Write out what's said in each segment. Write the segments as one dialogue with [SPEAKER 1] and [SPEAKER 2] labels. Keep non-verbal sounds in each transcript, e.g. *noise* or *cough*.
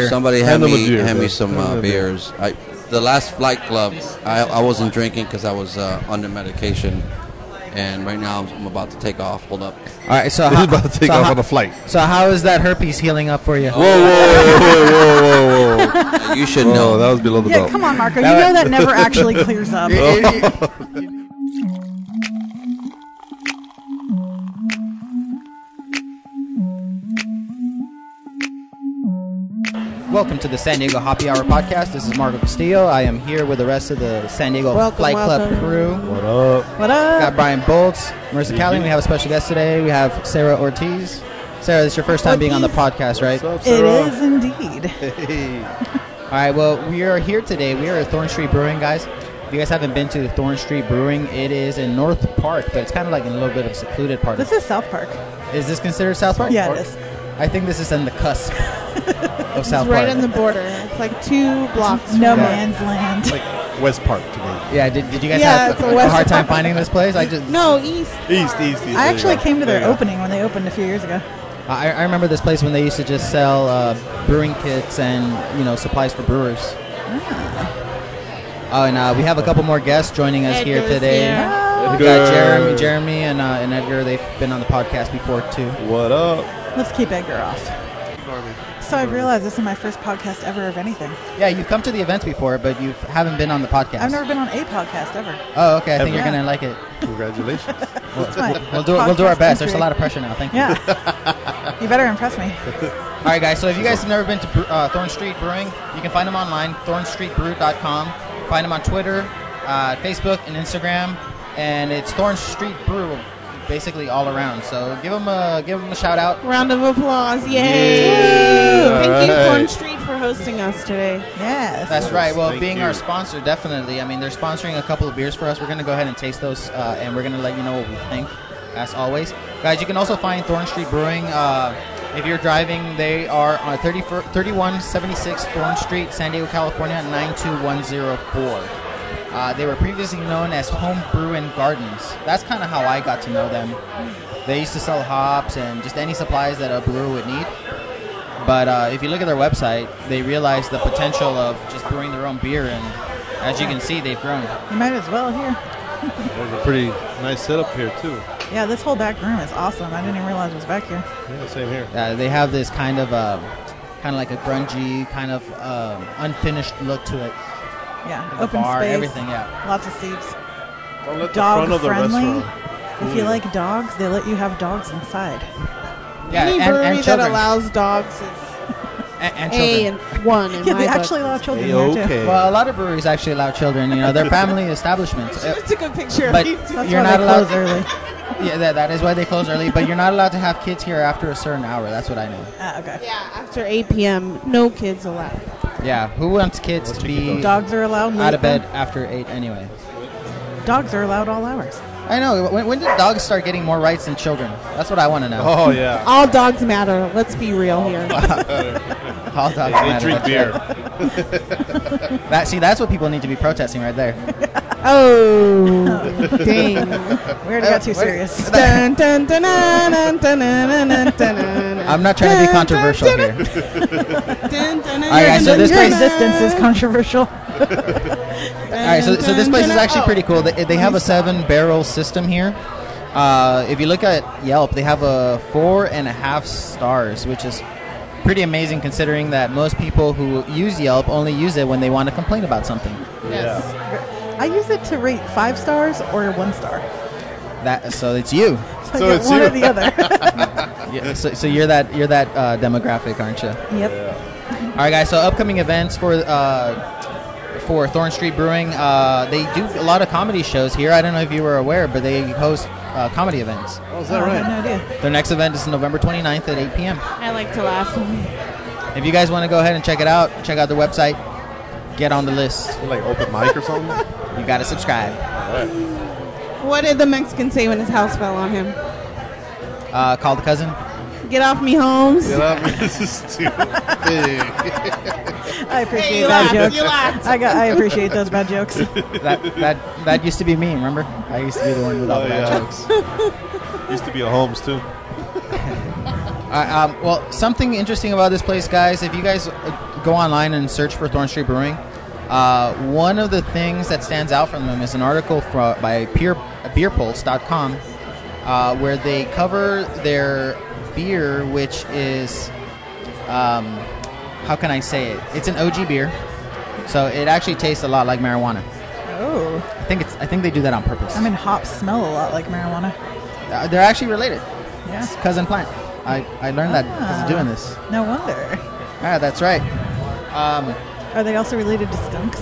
[SPEAKER 1] Somebody hand
[SPEAKER 2] Hand him a
[SPEAKER 1] me
[SPEAKER 2] beer,
[SPEAKER 1] hand me
[SPEAKER 2] man.
[SPEAKER 1] some
[SPEAKER 2] Hand him
[SPEAKER 1] uh,
[SPEAKER 2] a beer.
[SPEAKER 1] beers. I, the last flight club, I, I wasn't drinking because I was uh, under medication, and right now I'm, I'm about to take off. Hold up.
[SPEAKER 3] All right, so
[SPEAKER 2] He's
[SPEAKER 3] how,
[SPEAKER 2] about to take
[SPEAKER 3] so
[SPEAKER 2] off
[SPEAKER 3] how-
[SPEAKER 2] on a flight.
[SPEAKER 3] So how is that herpes healing up for you?
[SPEAKER 2] Whoa, whoa, whoa, whoa, whoa, whoa,
[SPEAKER 1] Uh, You should
[SPEAKER 2] whoa.
[SPEAKER 1] know.
[SPEAKER 2] No, that was below the
[SPEAKER 4] Yeah,
[SPEAKER 2] belt.
[SPEAKER 4] come on, Marco. You
[SPEAKER 3] *laughs*
[SPEAKER 4] know that never actually clears up.
[SPEAKER 3] Welcome to the San Diego Hoppy Hour podcast. This is Marco Castillo. I am here with the rest of the San Diego
[SPEAKER 4] Welcome,
[SPEAKER 3] Flight
[SPEAKER 4] welcome.
[SPEAKER 3] Club crew.
[SPEAKER 2] What up?
[SPEAKER 4] What
[SPEAKER 3] We
[SPEAKER 4] up?
[SPEAKER 3] got Brian Bolts, Marissa Callan. We have a special guest today. We have Sarah Ortiz. Sarah, this is your first time being on the podcast, right?
[SPEAKER 2] What's up,
[SPEAKER 4] It
[SPEAKER 2] Sarah?
[SPEAKER 4] is indeed.
[SPEAKER 3] All right. Well, we are here today. We are at Thorn Street Brewing, guys. If you guys haven't been to Thorn Street Brewing, it is in North Park, but it's kind of like in a little bit of a secluded part.
[SPEAKER 4] This is South Park.
[SPEAKER 3] is this considered South Park?
[SPEAKER 4] Yeah, it is.
[SPEAKER 3] I think this is in the
[SPEAKER 4] *laughs*
[SPEAKER 3] cusp of South
[SPEAKER 5] right
[SPEAKER 3] Park.
[SPEAKER 5] on the border. It's like two
[SPEAKER 4] No
[SPEAKER 5] blocks. from there.
[SPEAKER 4] man's land.
[SPEAKER 2] Like West Park to
[SPEAKER 3] yeah, did, did you guys
[SPEAKER 4] Yeah,
[SPEAKER 3] have
[SPEAKER 4] it's a
[SPEAKER 3] a,
[SPEAKER 4] west-
[SPEAKER 3] hard time finding this place? I just
[SPEAKER 5] No, east.
[SPEAKER 2] me. East, east, east.
[SPEAKER 4] I actually came to their opening when they opened a few years ago.
[SPEAKER 3] I, I remember this place when they used to just sell uh, brewing kits and you know supplies for brewers.
[SPEAKER 4] Ah.
[SPEAKER 3] Oh, and uh, we have a couple more guests joining us here
[SPEAKER 5] Edgar's
[SPEAKER 3] today.
[SPEAKER 5] here.
[SPEAKER 3] We got Jeremy, Jeremy, and uh, and Edgar. They've been on the podcast before too.
[SPEAKER 2] What up?
[SPEAKER 4] Let's keep Edgar off. So I realized this is my first podcast ever of anything.
[SPEAKER 3] Yeah, you've come to the events before, but you haven't been on the podcast.
[SPEAKER 4] I've never been on a podcast ever.
[SPEAKER 3] oh, okay. I think you're
[SPEAKER 4] Ever.
[SPEAKER 3] gonna like it.
[SPEAKER 2] Congratulations. *laughs*
[SPEAKER 4] That's my
[SPEAKER 3] *laughs* We'll do it. We'll do our
[SPEAKER 4] podcast
[SPEAKER 3] best. There's a
[SPEAKER 4] entry.
[SPEAKER 3] lot of pressure now. Thank you.
[SPEAKER 4] *laughs*
[SPEAKER 3] *laughs*
[SPEAKER 4] Yeah. you better impress me.
[SPEAKER 3] All right, guys. So if you guys have never been to Bre- uh, Thorn Street Brewing, you can find them online, thornstreetbrew.com. Find them on Twitter, uh, Facebook, and Instagram, and it's Thorn Street Brew, basically all around. So give them a give them a shout out.
[SPEAKER 5] Round of applause! Yay!
[SPEAKER 2] Yeah,
[SPEAKER 5] Thank
[SPEAKER 2] alright.
[SPEAKER 5] you, Corn Street, for hosting us today.
[SPEAKER 4] Yes.
[SPEAKER 3] That's right. Well,
[SPEAKER 2] Thank
[SPEAKER 3] being
[SPEAKER 2] you.
[SPEAKER 3] our sponsor, definitely. I mean, they're sponsoring a couple of beers for us. We're going to go ahead and taste those, uh, and we're going to let you know what we think, as always. Guys, you can also find Thorn Street Brewing. Uh, if you're driving, they are on 30, 3176 Thorn Street, San Diego, California, 92104. Uh, they were previously known as Home Brew and Gardens. That's kind of how I got to know them. They used to sell hops and just any supplies that a brewer would need. But uh, if you look at their website, they realize the potential of just brewing their own beer, and as you can see, they've grown.
[SPEAKER 4] You might as well here.
[SPEAKER 2] There's a pretty nice setup here, too.
[SPEAKER 4] Yeah, this whole back room is awesome. I didn't even realize it was back here.
[SPEAKER 2] Yeah, same here.
[SPEAKER 3] Uh, they have this kind of, uh, kind of like a grungy, kind of um, unfinished look to it.
[SPEAKER 4] Yeah.
[SPEAKER 3] The
[SPEAKER 4] Open
[SPEAKER 3] bar,
[SPEAKER 4] space.
[SPEAKER 3] everything, yeah.
[SPEAKER 4] Lots of seats.
[SPEAKER 2] Don't let
[SPEAKER 4] Dog
[SPEAKER 2] the front of the
[SPEAKER 4] friendly?
[SPEAKER 2] restaurant.
[SPEAKER 4] If you like dogs, they let you have
[SPEAKER 3] *laughs*
[SPEAKER 4] dogs inside.
[SPEAKER 3] Yeah,
[SPEAKER 5] Any
[SPEAKER 3] and,
[SPEAKER 5] brewery
[SPEAKER 3] and
[SPEAKER 5] that
[SPEAKER 3] children.
[SPEAKER 5] allows dogs is
[SPEAKER 3] and, and
[SPEAKER 5] a
[SPEAKER 3] children.
[SPEAKER 5] and one in
[SPEAKER 4] Yeah,
[SPEAKER 5] my
[SPEAKER 4] they
[SPEAKER 5] book.
[SPEAKER 4] actually allow children there too.
[SPEAKER 2] A-okay.
[SPEAKER 3] Well, a lot of breweries actually allow children. You know, they're family establishments. Uh,
[SPEAKER 5] Just took a picture.
[SPEAKER 3] But-
[SPEAKER 5] of you two.
[SPEAKER 3] That's
[SPEAKER 4] That's
[SPEAKER 3] You're
[SPEAKER 4] why
[SPEAKER 3] not
[SPEAKER 4] they
[SPEAKER 3] allowed-
[SPEAKER 4] close
[SPEAKER 3] *laughs*
[SPEAKER 4] early.
[SPEAKER 3] yeah, that, that is why they close early. But you're not allowed to have kids here after a certain hour. That's what I know.
[SPEAKER 4] Ah, okay.
[SPEAKER 5] yeah, after 8 p.m., no kids allowed.
[SPEAKER 3] Yeah, who wants kids to be
[SPEAKER 4] Dogs are allowed.
[SPEAKER 3] out of
[SPEAKER 4] leave
[SPEAKER 3] bed after eight anyway?
[SPEAKER 4] them. Dogs are allowed all hours.
[SPEAKER 3] I know. When, when did dogs start getting more rights than children? That's what I want to know.
[SPEAKER 2] Oh, yeah.
[SPEAKER 5] All dogs matter. Let's be real here.
[SPEAKER 3] *laughs* All dogs
[SPEAKER 2] Oh. They
[SPEAKER 3] matter,
[SPEAKER 2] drink
[SPEAKER 3] that's
[SPEAKER 2] beer. *laughs*
[SPEAKER 3] right. That see, that's what people need to be protesting right there.
[SPEAKER 5] oh, dang!
[SPEAKER 4] We already got too
[SPEAKER 3] wait.
[SPEAKER 4] serious.
[SPEAKER 5] Dun, dun, dun, dun, dun, dun, dun, dun, dun, dun.
[SPEAKER 3] I'm not trying to be
[SPEAKER 5] Dun, dun,
[SPEAKER 3] controversial
[SPEAKER 5] dun,
[SPEAKER 3] here.
[SPEAKER 5] dun, dun, dun,
[SPEAKER 3] All right, guys, so
[SPEAKER 5] dun,
[SPEAKER 3] this
[SPEAKER 5] dun,
[SPEAKER 4] Your
[SPEAKER 3] place-
[SPEAKER 5] dun,
[SPEAKER 4] existence is controversial.
[SPEAKER 3] All right, so, so this place is actually
[SPEAKER 5] Oh.
[SPEAKER 3] pretty cool. They, they have a seven barrel system here. Uh, if you look at Yelp, they have a four and a half stars, which is pretty amazing considering that most people who use Yelp only use it when they want to complain about something.
[SPEAKER 5] Yes.
[SPEAKER 4] I use it to rate five stars or one star.
[SPEAKER 3] That so it's you.
[SPEAKER 4] So,
[SPEAKER 2] So
[SPEAKER 4] I get
[SPEAKER 2] it's
[SPEAKER 4] one
[SPEAKER 2] you.
[SPEAKER 4] or the
[SPEAKER 2] *laughs*
[SPEAKER 4] other. *laughs*
[SPEAKER 3] Yeah, so, so you're that you're that uh, demographic, aren't you?
[SPEAKER 4] yep.
[SPEAKER 3] All right, guys. So upcoming events for uh, for Thorn Street Brewing, uh, they do a lot of comedy shows here. I don't know if you were aware, but they host uh, comedy events.
[SPEAKER 2] Oh, is
[SPEAKER 4] Oh,
[SPEAKER 2] that
[SPEAKER 4] I *laughs*
[SPEAKER 2] right?
[SPEAKER 4] have no idea.
[SPEAKER 3] Their next event is November 29th at 8 p.m.
[SPEAKER 5] I like to laugh.
[SPEAKER 3] If you guys want to go ahead and check it out, check out their website. Get on the list.
[SPEAKER 2] Like open mic or *laughs* something?
[SPEAKER 3] You gotta subscribe.
[SPEAKER 5] What did the Mexican say when his house fell on him?
[SPEAKER 3] Uh, call the cousin.
[SPEAKER 5] Get off me, Holmes.
[SPEAKER 2] Get up. This is stupid.
[SPEAKER 4] I appreciate
[SPEAKER 5] you
[SPEAKER 4] bad
[SPEAKER 5] laughed,
[SPEAKER 4] jokes.
[SPEAKER 3] *laughs*
[SPEAKER 5] you laughed.
[SPEAKER 4] I got. I appreciate those bad jokes.
[SPEAKER 2] *laughs*
[SPEAKER 3] That that that used to be me. Remember? I used to be the one with all
[SPEAKER 2] *laughs* Oh,
[SPEAKER 3] the bad
[SPEAKER 2] yeah.
[SPEAKER 3] jokes.
[SPEAKER 4] *laughs*
[SPEAKER 2] Used to be a Holmes, too.
[SPEAKER 3] I, um, well, something interesting about this place, guys. If you guys uh, go online and search for Thorn Street Brewing, uh, one of the things that stands out from them is an article fro- by Peer, beerpulse.com uh, where they cover their beer, which is, um, how can I say it? It's an OG beer, so it actually tastes a lot like marijuana.
[SPEAKER 4] Oh.
[SPEAKER 3] I think it's. I think they do that on purpose.
[SPEAKER 4] I mean, hops smell a lot like marijuana.
[SPEAKER 3] Uh, they're actually related.
[SPEAKER 4] Yeah.
[SPEAKER 3] It's cousin plant. I, I learned that because
[SPEAKER 4] Ah.
[SPEAKER 3] of doing this.
[SPEAKER 4] No wonder.
[SPEAKER 3] Yeah, that's right. Um,
[SPEAKER 4] Are they also related to skunks?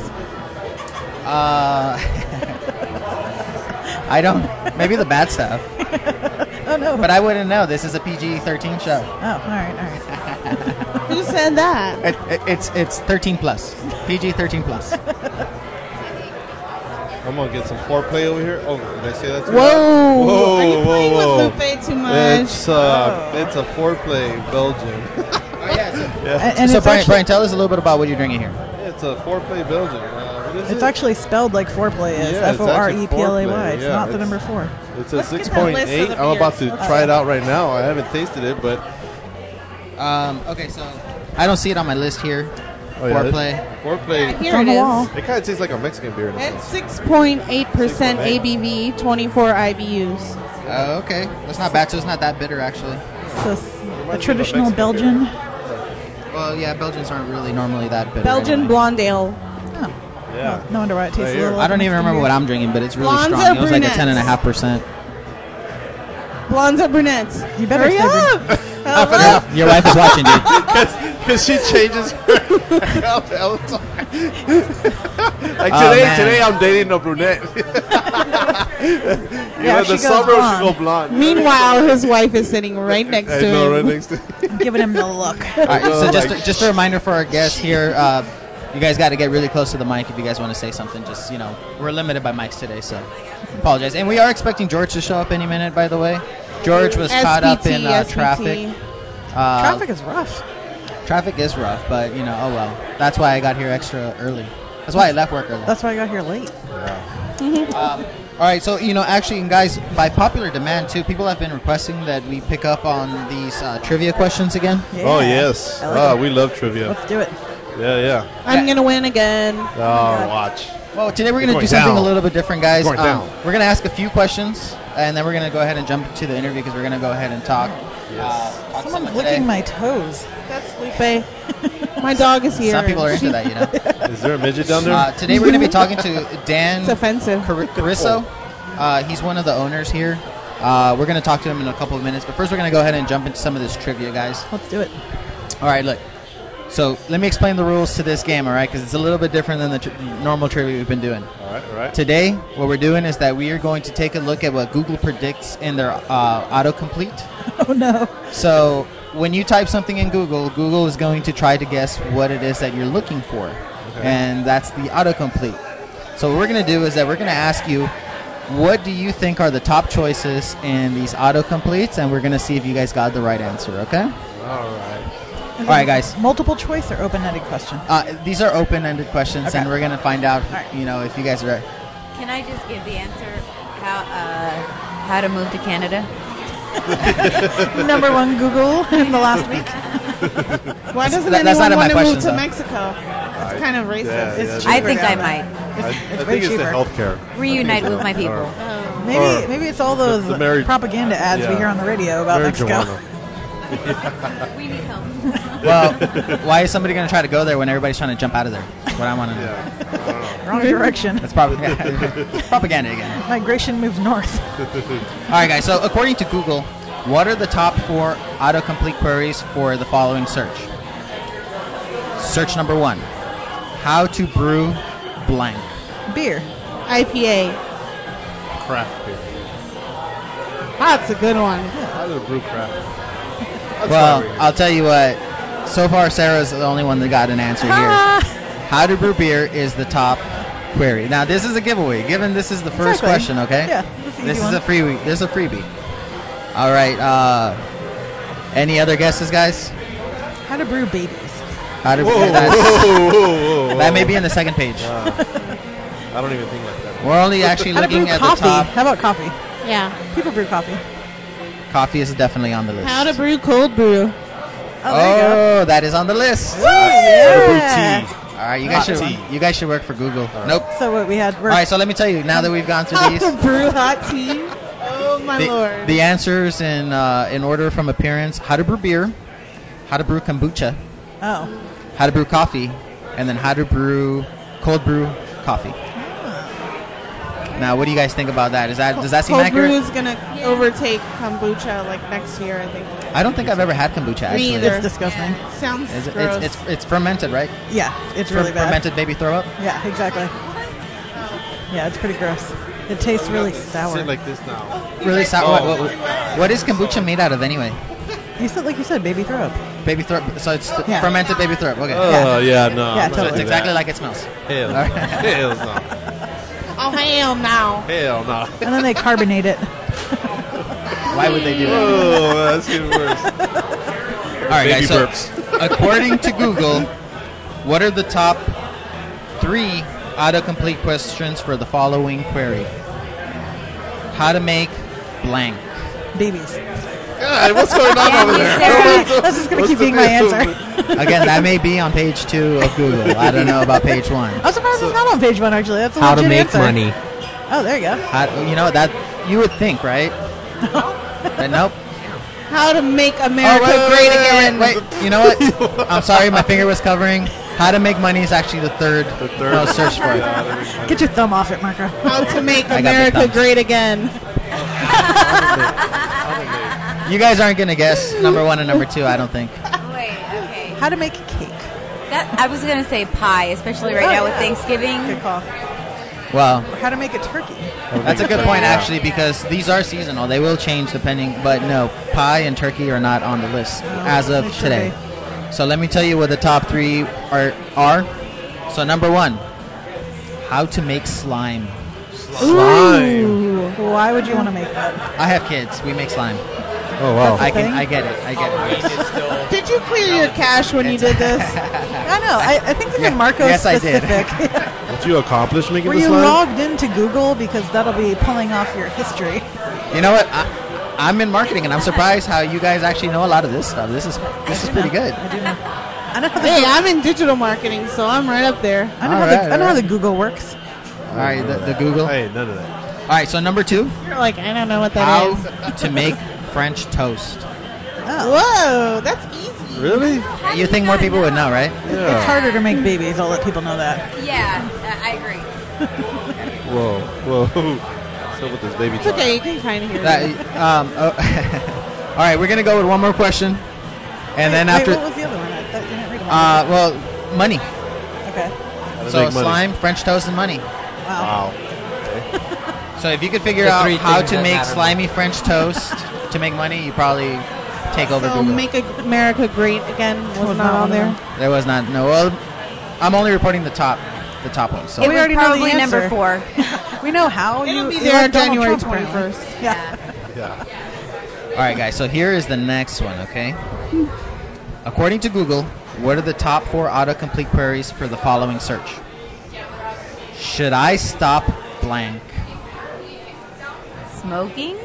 [SPEAKER 3] Uh, I don't. Maybe the bad stuff,
[SPEAKER 4] Oh no.
[SPEAKER 3] but I wouldn't know. This is a PG-13 show.
[SPEAKER 4] oh, all right, all right.
[SPEAKER 5] Who said that?
[SPEAKER 3] It, it, it's it's 13 plus. PG-13 plus.
[SPEAKER 2] I'm gonna get some foreplay over here. Oh, did I say that? to you?
[SPEAKER 5] Whoa!
[SPEAKER 2] Whoa,
[SPEAKER 5] Are you playing
[SPEAKER 2] whoa, whoa.
[SPEAKER 5] with Lupe too much?
[SPEAKER 2] It's uh, it's a foreplay Belgian.
[SPEAKER 3] oh yeah. So,
[SPEAKER 4] And, and
[SPEAKER 3] so
[SPEAKER 4] it's,
[SPEAKER 3] Brian,
[SPEAKER 4] actually,
[SPEAKER 3] Brian, tell us a little bit about what you're drinking here.
[SPEAKER 2] It's a foreplay Belgian. Uh, what is
[SPEAKER 4] it's
[SPEAKER 2] it?
[SPEAKER 4] actually spelled like foreplay is.
[SPEAKER 2] Yeah, it's
[SPEAKER 4] F O R E P L A Y.
[SPEAKER 2] actually
[SPEAKER 4] It's
[SPEAKER 2] foreplay,
[SPEAKER 4] not
[SPEAKER 2] yeah,
[SPEAKER 4] the
[SPEAKER 2] it's-
[SPEAKER 4] number four.
[SPEAKER 2] It's a
[SPEAKER 5] Let's get
[SPEAKER 2] six
[SPEAKER 5] that
[SPEAKER 2] point
[SPEAKER 5] list of
[SPEAKER 2] eight.
[SPEAKER 5] the
[SPEAKER 2] I'm about to
[SPEAKER 5] beers.
[SPEAKER 2] try it out right now. I haven't tasted it, but
[SPEAKER 3] Um, okay, so I don't see it on my list here.
[SPEAKER 2] oh, yeah, it-
[SPEAKER 3] Foreplay.
[SPEAKER 2] Foreplay.
[SPEAKER 5] Here
[SPEAKER 4] It's on
[SPEAKER 5] it
[SPEAKER 4] the
[SPEAKER 5] is.
[SPEAKER 4] wall.
[SPEAKER 2] It kind of tastes like a Mexican beer. In a
[SPEAKER 5] It's
[SPEAKER 2] sense.
[SPEAKER 5] 6.8%
[SPEAKER 2] 6.8.
[SPEAKER 5] ABV, 24 IBUs.
[SPEAKER 3] Oh, okay. That's not bad. So it's not that bitter actually.
[SPEAKER 4] So s-
[SPEAKER 2] me
[SPEAKER 4] a
[SPEAKER 2] of a
[SPEAKER 4] traditional
[SPEAKER 2] Mexican beer.
[SPEAKER 4] Belgian.
[SPEAKER 3] Well, yeah, Belgians aren't really normally that bitter.
[SPEAKER 5] Belgian
[SPEAKER 3] anyway.
[SPEAKER 5] blonde ale.
[SPEAKER 4] Oh,
[SPEAKER 2] Yeah.
[SPEAKER 4] no wonder why it tastes
[SPEAKER 2] Right
[SPEAKER 4] a little.
[SPEAKER 2] here.
[SPEAKER 4] like
[SPEAKER 3] I don't even
[SPEAKER 4] Mexican
[SPEAKER 3] remember what
[SPEAKER 4] beer.
[SPEAKER 3] I'm drinking, but it's really
[SPEAKER 5] Blondes
[SPEAKER 3] strong.
[SPEAKER 5] or
[SPEAKER 3] It was like a
[SPEAKER 5] brunettes?
[SPEAKER 3] ten and a half percent.
[SPEAKER 5] Blondes or brunettes?
[SPEAKER 4] You
[SPEAKER 3] *laughs*
[SPEAKER 4] better
[SPEAKER 5] Hurry
[SPEAKER 4] say brun-
[SPEAKER 5] up! Hello?
[SPEAKER 4] Oh.
[SPEAKER 3] Your wife is watching,
[SPEAKER 4] *laughs*
[SPEAKER 3] dude.
[SPEAKER 2] Because she changes *laughs* her haircut all the time. like
[SPEAKER 3] Oh,
[SPEAKER 2] today,
[SPEAKER 3] man.
[SPEAKER 2] today I'm dating a brunette. you
[SPEAKER 4] Yeah,
[SPEAKER 2] know,
[SPEAKER 4] she
[SPEAKER 2] the
[SPEAKER 4] goes
[SPEAKER 2] summer
[SPEAKER 4] blonde.
[SPEAKER 2] she go blonde.
[SPEAKER 5] Meanwhile, his wife is
[SPEAKER 3] *laughs*
[SPEAKER 5] sitting right next
[SPEAKER 2] I
[SPEAKER 5] to
[SPEAKER 2] know, right
[SPEAKER 5] him.
[SPEAKER 2] next to
[SPEAKER 4] *laughs* giving him the look.
[SPEAKER 3] All right, so
[SPEAKER 2] Like-
[SPEAKER 3] just just a reminder for our guests here, uh, you guys got to get really close to the mic if you guys want to say something. Just you know, we're limited by mics today, so apologize. And we are expecting George to show up any minute. By the way, George was caught up in uh,
[SPEAKER 5] SPT.
[SPEAKER 3] traffic. Uh,
[SPEAKER 4] Traffic is rough.
[SPEAKER 3] traffic is rough, but you know, oh well. That's why I got here extra early. That's why I left work early.
[SPEAKER 4] That's why I got here late.
[SPEAKER 3] All right, so you know, actually, and guys, by popular demand too, people have been requesting that we pick up on these uh, trivia questions again.
[SPEAKER 4] Yeah.
[SPEAKER 2] Oh yes,
[SPEAKER 4] I like
[SPEAKER 2] Ah,
[SPEAKER 4] it.
[SPEAKER 2] we love trivia.
[SPEAKER 4] Let's do it.
[SPEAKER 2] Yeah, yeah.
[SPEAKER 5] I'm gonna win again.
[SPEAKER 2] Oh, watch.
[SPEAKER 3] Well, today we're going to
[SPEAKER 2] Going
[SPEAKER 3] do something
[SPEAKER 2] down.
[SPEAKER 3] a little bit different, guys. Um,
[SPEAKER 2] Going down.
[SPEAKER 3] We're going to ask a few questions, and then we're going to go ahead and jump to the interview because we're going to go ahead and talk. uh, talk
[SPEAKER 4] Someone's
[SPEAKER 3] some
[SPEAKER 4] licking
[SPEAKER 3] today.
[SPEAKER 4] my toes.
[SPEAKER 5] *laughs* That's Lupe. My dog is here.
[SPEAKER 3] Some people are into that, you
[SPEAKER 4] *laughs*
[SPEAKER 3] know.
[SPEAKER 2] Is there a midget down there?
[SPEAKER 3] uh, today we're going to be talking to Dan
[SPEAKER 5] It's offensive.
[SPEAKER 3] Car- Carisso. Uh, he's one of the owners here. Uh, we're going to talk to him in a couple of minutes, but first we're going to go ahead and jump into some of this trivia, guys.
[SPEAKER 4] Let's do it.
[SPEAKER 3] All right, look. So let me explain the rules to this game, all right? Because it's a little bit different than the tr- normal trivia we've been doing.
[SPEAKER 2] all right, all right.
[SPEAKER 3] Today, what we're doing is that we are going to take a look at what Google predicts in their uh, autocomplete.
[SPEAKER 4] *laughs* Oh no.
[SPEAKER 3] So, when you type something in Google, Google is going to try to guess what it is that you're looking for. And that's the autocomplete. So, what we're going to do is that we're going to ask you, what do you think are the top choices in these autocompletes? And we're going to see if you guys got the right answer, okay?
[SPEAKER 2] All right.
[SPEAKER 3] All right, guys.
[SPEAKER 4] Multiple choice or open-ended
[SPEAKER 2] *laughs*
[SPEAKER 4] question?
[SPEAKER 3] Uh, these are open-ended questions,
[SPEAKER 4] Okay.
[SPEAKER 3] and we're going to find out,
[SPEAKER 4] right.
[SPEAKER 3] you know, if you guys are...
[SPEAKER 6] Can I just give the answer how uh, how to move to Canada?
[SPEAKER 4] Number one Google *laughs* in the last
[SPEAKER 2] *laughs*
[SPEAKER 4] week.
[SPEAKER 5] Why doesn't
[SPEAKER 3] that- that's
[SPEAKER 5] anyone
[SPEAKER 3] not in my
[SPEAKER 5] want to move
[SPEAKER 3] questions,
[SPEAKER 5] to
[SPEAKER 3] though.
[SPEAKER 5] Mexico? That's kind of racist.
[SPEAKER 2] yeah, yeah,
[SPEAKER 5] It's
[SPEAKER 2] yeah.
[SPEAKER 6] I
[SPEAKER 5] cheaper
[SPEAKER 6] think I
[SPEAKER 5] down there.
[SPEAKER 6] might
[SPEAKER 2] I,
[SPEAKER 4] way
[SPEAKER 2] I think it's the
[SPEAKER 4] cheaper.
[SPEAKER 2] healthcare.
[SPEAKER 6] reunite with my people.
[SPEAKER 4] Maybe
[SPEAKER 2] Or
[SPEAKER 4] maybe it's all those
[SPEAKER 2] the married-
[SPEAKER 4] propaganda ads we
[SPEAKER 2] yeah.
[SPEAKER 4] hear on the radio about
[SPEAKER 2] Mary
[SPEAKER 4] Mexico.
[SPEAKER 2] Joanna.
[SPEAKER 6] We need help.
[SPEAKER 3] Well, *laughs* why is somebody going to try to go there when everybody's trying to jump out of there? That's what I want to know.
[SPEAKER 4] *laughs*
[SPEAKER 2] Yeah.
[SPEAKER 4] Wrong direction. *laughs*
[SPEAKER 3] That's probably propaganda again.
[SPEAKER 4] Migration moves north.
[SPEAKER 3] All right, guys. So according to Google, what are the top four autocomplete queries for the following search? Search number one: How to brew blank.
[SPEAKER 4] Beer.
[SPEAKER 5] IPA.
[SPEAKER 2] Craft beer.
[SPEAKER 5] That's a good one.
[SPEAKER 2] How did it brew craft? That's
[SPEAKER 3] well,
[SPEAKER 2] why we're here.
[SPEAKER 3] I'll tell you what. So far, Sarah's the only one that got an answer here.
[SPEAKER 4] *laughs*
[SPEAKER 3] How to brew beer is the top query. Now, this is a giveaway. Given this is the first
[SPEAKER 4] Exactly.
[SPEAKER 3] question, okay?
[SPEAKER 4] Yeah, this is an
[SPEAKER 3] This
[SPEAKER 4] easy
[SPEAKER 3] is a
[SPEAKER 4] one.
[SPEAKER 3] freebie. This is a freebie. All right. Uh, any other guesses, guys?
[SPEAKER 4] How to brew babies.
[SPEAKER 3] How to
[SPEAKER 2] Whoa,
[SPEAKER 3] that's-
[SPEAKER 2] whoa, whoa, whoa,
[SPEAKER 3] That may be in the second page.
[SPEAKER 2] whoa. I don't even think like that.
[SPEAKER 3] We're only actually
[SPEAKER 4] How to brew
[SPEAKER 3] looking at
[SPEAKER 4] coffee.
[SPEAKER 3] the top.
[SPEAKER 4] How about coffee?
[SPEAKER 5] Yeah.
[SPEAKER 4] People brew coffee.
[SPEAKER 3] Coffee is definitely on the list.
[SPEAKER 5] How to brew cold brew.
[SPEAKER 6] Oh, there
[SPEAKER 2] Uh,
[SPEAKER 6] you go.
[SPEAKER 3] Oh, that is on the list.
[SPEAKER 4] Yeah.
[SPEAKER 2] Boutique.
[SPEAKER 3] All right, you guys
[SPEAKER 2] Hot
[SPEAKER 3] should
[SPEAKER 2] tea.
[SPEAKER 3] you guys should work for Google. Nope.
[SPEAKER 4] So what we had were
[SPEAKER 3] All right,
[SPEAKER 4] *laughs*
[SPEAKER 3] so let me tell you. Now that we've gone through these,
[SPEAKER 4] brew hot tea. Oh my
[SPEAKER 3] the,
[SPEAKER 4] lord.
[SPEAKER 3] the answers in uh, in order from appearance: how to brew beer, how to brew kombucha,
[SPEAKER 4] oh.
[SPEAKER 3] how to brew coffee, and then how to brew cold brew coffee. Now, what do you guys think about that? Is that does that seem
[SPEAKER 5] Cold
[SPEAKER 3] accurate?
[SPEAKER 5] brew is gonna overtake kombucha like next year, I think.
[SPEAKER 3] I don't think I've ever had kombucha. Actually,
[SPEAKER 5] Me either.
[SPEAKER 4] It's disgusting.
[SPEAKER 5] Sounds
[SPEAKER 3] Is it-
[SPEAKER 5] gross.
[SPEAKER 3] it's, it's it's fermented, right?
[SPEAKER 4] Yeah, it's
[SPEAKER 3] Fer-
[SPEAKER 4] really bad.
[SPEAKER 3] fermented baby throw up.
[SPEAKER 4] Yeah, exactly. Yeah, it's pretty gross. It tastes really sour.
[SPEAKER 2] Sit like this now.
[SPEAKER 3] Really sour.
[SPEAKER 2] Oh.
[SPEAKER 3] What, what- what is kombucha made out of anyway?
[SPEAKER 4] you said, like you said, baby throw up.
[SPEAKER 3] Baby throat. So it's th-
[SPEAKER 4] Yeah.
[SPEAKER 3] fermented baby throat. Okay.
[SPEAKER 2] Oh,
[SPEAKER 4] Yeah,
[SPEAKER 2] yeah, no. I'm not
[SPEAKER 4] totally.
[SPEAKER 3] so
[SPEAKER 2] gonna
[SPEAKER 3] it's
[SPEAKER 2] do
[SPEAKER 3] exactly
[SPEAKER 2] that.
[SPEAKER 3] like it smells.
[SPEAKER 2] Hell. Hell no.
[SPEAKER 5] oh hell no.
[SPEAKER 2] Hell no.
[SPEAKER 4] And then they carbonate it.
[SPEAKER 3] Why would they do that?
[SPEAKER 2] Oh, that's even worse.
[SPEAKER 3] All right,
[SPEAKER 2] Baby
[SPEAKER 3] guys.
[SPEAKER 2] *laughs*
[SPEAKER 3] So according to Google, what are the top three autocomplete questions for the following query? How to make blank.
[SPEAKER 4] Babies.
[SPEAKER 2] *laughs* God, what's going on
[SPEAKER 6] Yeah,
[SPEAKER 2] over
[SPEAKER 6] you
[SPEAKER 2] there?
[SPEAKER 6] said
[SPEAKER 4] that. That's just gonna keep
[SPEAKER 2] the
[SPEAKER 4] being my
[SPEAKER 2] deal? *laughs*
[SPEAKER 4] answer.
[SPEAKER 3] Again, that may be on page two of Google. I don't know about page
[SPEAKER 5] *laughs*
[SPEAKER 3] one.
[SPEAKER 4] I'm surprised it's not on page one, actually. That's a
[SPEAKER 7] How to
[SPEAKER 4] legit
[SPEAKER 7] make
[SPEAKER 4] answer.
[SPEAKER 7] money.
[SPEAKER 4] Oh, there you go.
[SPEAKER 3] How, you know that you would think,
[SPEAKER 5] *laughs*
[SPEAKER 3] right? But nope. Oh,
[SPEAKER 5] How to make America
[SPEAKER 3] wait, wait,
[SPEAKER 5] great
[SPEAKER 3] wait, wait,
[SPEAKER 5] again.
[SPEAKER 3] Wait, you know
[SPEAKER 5] *laughs*
[SPEAKER 3] what? I'm sorry, my finger was covering. How to make money is actually the third,
[SPEAKER 2] The third
[SPEAKER 3] most searched for.
[SPEAKER 2] Yeah, there we go.
[SPEAKER 4] Get your thumb off it, Marco.
[SPEAKER 5] How
[SPEAKER 4] *laughs*
[SPEAKER 5] to make
[SPEAKER 3] I got the
[SPEAKER 5] America
[SPEAKER 3] thumbs.
[SPEAKER 5] great again.
[SPEAKER 3] You guys aren't gonna guess number one and number two, I don't think.
[SPEAKER 6] *laughs* Wait, okay.
[SPEAKER 4] How to make cake.
[SPEAKER 6] That, I was gonna say pie, especially right
[SPEAKER 4] Oh,
[SPEAKER 6] now with
[SPEAKER 4] yeah. Good
[SPEAKER 6] Thanksgiving.
[SPEAKER 4] call.
[SPEAKER 3] Well,
[SPEAKER 4] Or how to make a turkey.
[SPEAKER 3] that's a good point actually because these are seasonal. They will change depending, but no, pie and turkey are not on the list as of
[SPEAKER 4] they should
[SPEAKER 3] today. So let me tell you what the top three are. are. So number one, how to make slime.
[SPEAKER 2] Slime.
[SPEAKER 4] Why would you want to make that?
[SPEAKER 3] I have kids. We make slime.
[SPEAKER 7] Oh wow.
[SPEAKER 3] I can.
[SPEAKER 4] thing?
[SPEAKER 3] I get it. I get it.
[SPEAKER 5] Did you clear your cache when you did
[SPEAKER 3] *laughs*
[SPEAKER 5] this? *laughs*
[SPEAKER 4] I know. I, I think even
[SPEAKER 3] Yeah.
[SPEAKER 4] Marco
[SPEAKER 3] Yes, I did.
[SPEAKER 4] specific.
[SPEAKER 5] *laughs*
[SPEAKER 4] *laughs*
[SPEAKER 2] Did you accomplish making
[SPEAKER 4] Were
[SPEAKER 2] the
[SPEAKER 4] you
[SPEAKER 2] slime?
[SPEAKER 4] logged into Google because that'll be pulling off your history?
[SPEAKER 3] You know what? I, I'm in marketing, and I'm surprised how you guys actually know a lot of this stuff. This is this is pretty good.
[SPEAKER 4] I know how the,
[SPEAKER 5] hey, I'm in digital marketing, so I'm right up there.
[SPEAKER 4] I know, how,
[SPEAKER 3] Alright,
[SPEAKER 4] the, I know how
[SPEAKER 3] alright.
[SPEAKER 4] the Google works.
[SPEAKER 3] All right, the, the Google. All
[SPEAKER 2] Hey, none of that.
[SPEAKER 3] right, so number two,
[SPEAKER 5] You're like, I don't know what that
[SPEAKER 3] how
[SPEAKER 5] is.
[SPEAKER 3] to make French toast.
[SPEAKER 4] Oh.
[SPEAKER 5] Whoa, that's easy.
[SPEAKER 2] Really?
[SPEAKER 6] How do
[SPEAKER 3] You think more
[SPEAKER 6] not
[SPEAKER 3] people would know, right?
[SPEAKER 4] It's
[SPEAKER 2] Yeah.
[SPEAKER 4] harder to make babies. I'll let people know that.
[SPEAKER 6] Yeah, uh, I agree.
[SPEAKER 2] Whoa, *laughs* whoa. So with this baby
[SPEAKER 5] It's
[SPEAKER 2] talk.
[SPEAKER 5] okay, you can kind of hear
[SPEAKER 3] That,
[SPEAKER 5] it.
[SPEAKER 3] um, oh, *laughs* all right, we're gonna go with one more question, and then
[SPEAKER 4] Wait,
[SPEAKER 3] after,
[SPEAKER 4] what was the other one? I thought you didn't read them. all.
[SPEAKER 3] uh, well, money.
[SPEAKER 4] okay.
[SPEAKER 2] How to
[SPEAKER 3] So
[SPEAKER 2] make money.
[SPEAKER 3] slime, French toast, and money.
[SPEAKER 4] Wow.
[SPEAKER 2] Wow.
[SPEAKER 3] *laughs* So if you could figure
[SPEAKER 7] The
[SPEAKER 3] out
[SPEAKER 7] three
[SPEAKER 3] how
[SPEAKER 7] things
[SPEAKER 3] to
[SPEAKER 7] that
[SPEAKER 3] make
[SPEAKER 7] matter.
[SPEAKER 3] slimy French
[SPEAKER 7] *laughs*
[SPEAKER 3] toast to make money, you probably take over
[SPEAKER 5] So
[SPEAKER 3] Google.
[SPEAKER 5] make America great again was
[SPEAKER 4] Was
[SPEAKER 5] not
[SPEAKER 4] not one of
[SPEAKER 5] on there.
[SPEAKER 4] them.
[SPEAKER 3] There was not no. Well, I'm only reporting the top, the top ones. So
[SPEAKER 6] it
[SPEAKER 4] we
[SPEAKER 6] was
[SPEAKER 4] already know the
[SPEAKER 6] probably number
[SPEAKER 4] answer.
[SPEAKER 6] four.
[SPEAKER 4] We know how
[SPEAKER 5] It'll
[SPEAKER 4] you.
[SPEAKER 5] be
[SPEAKER 4] you
[SPEAKER 5] there
[SPEAKER 4] like Donald
[SPEAKER 5] January
[SPEAKER 4] Trump apparently.
[SPEAKER 5] 21st.
[SPEAKER 4] Yeah.
[SPEAKER 2] Yeah.
[SPEAKER 3] all right, guys. So here is the next one. Okay. According to Google, what are the top four autocomplete queries for the following search? Should I stop blank?
[SPEAKER 6] Smoking?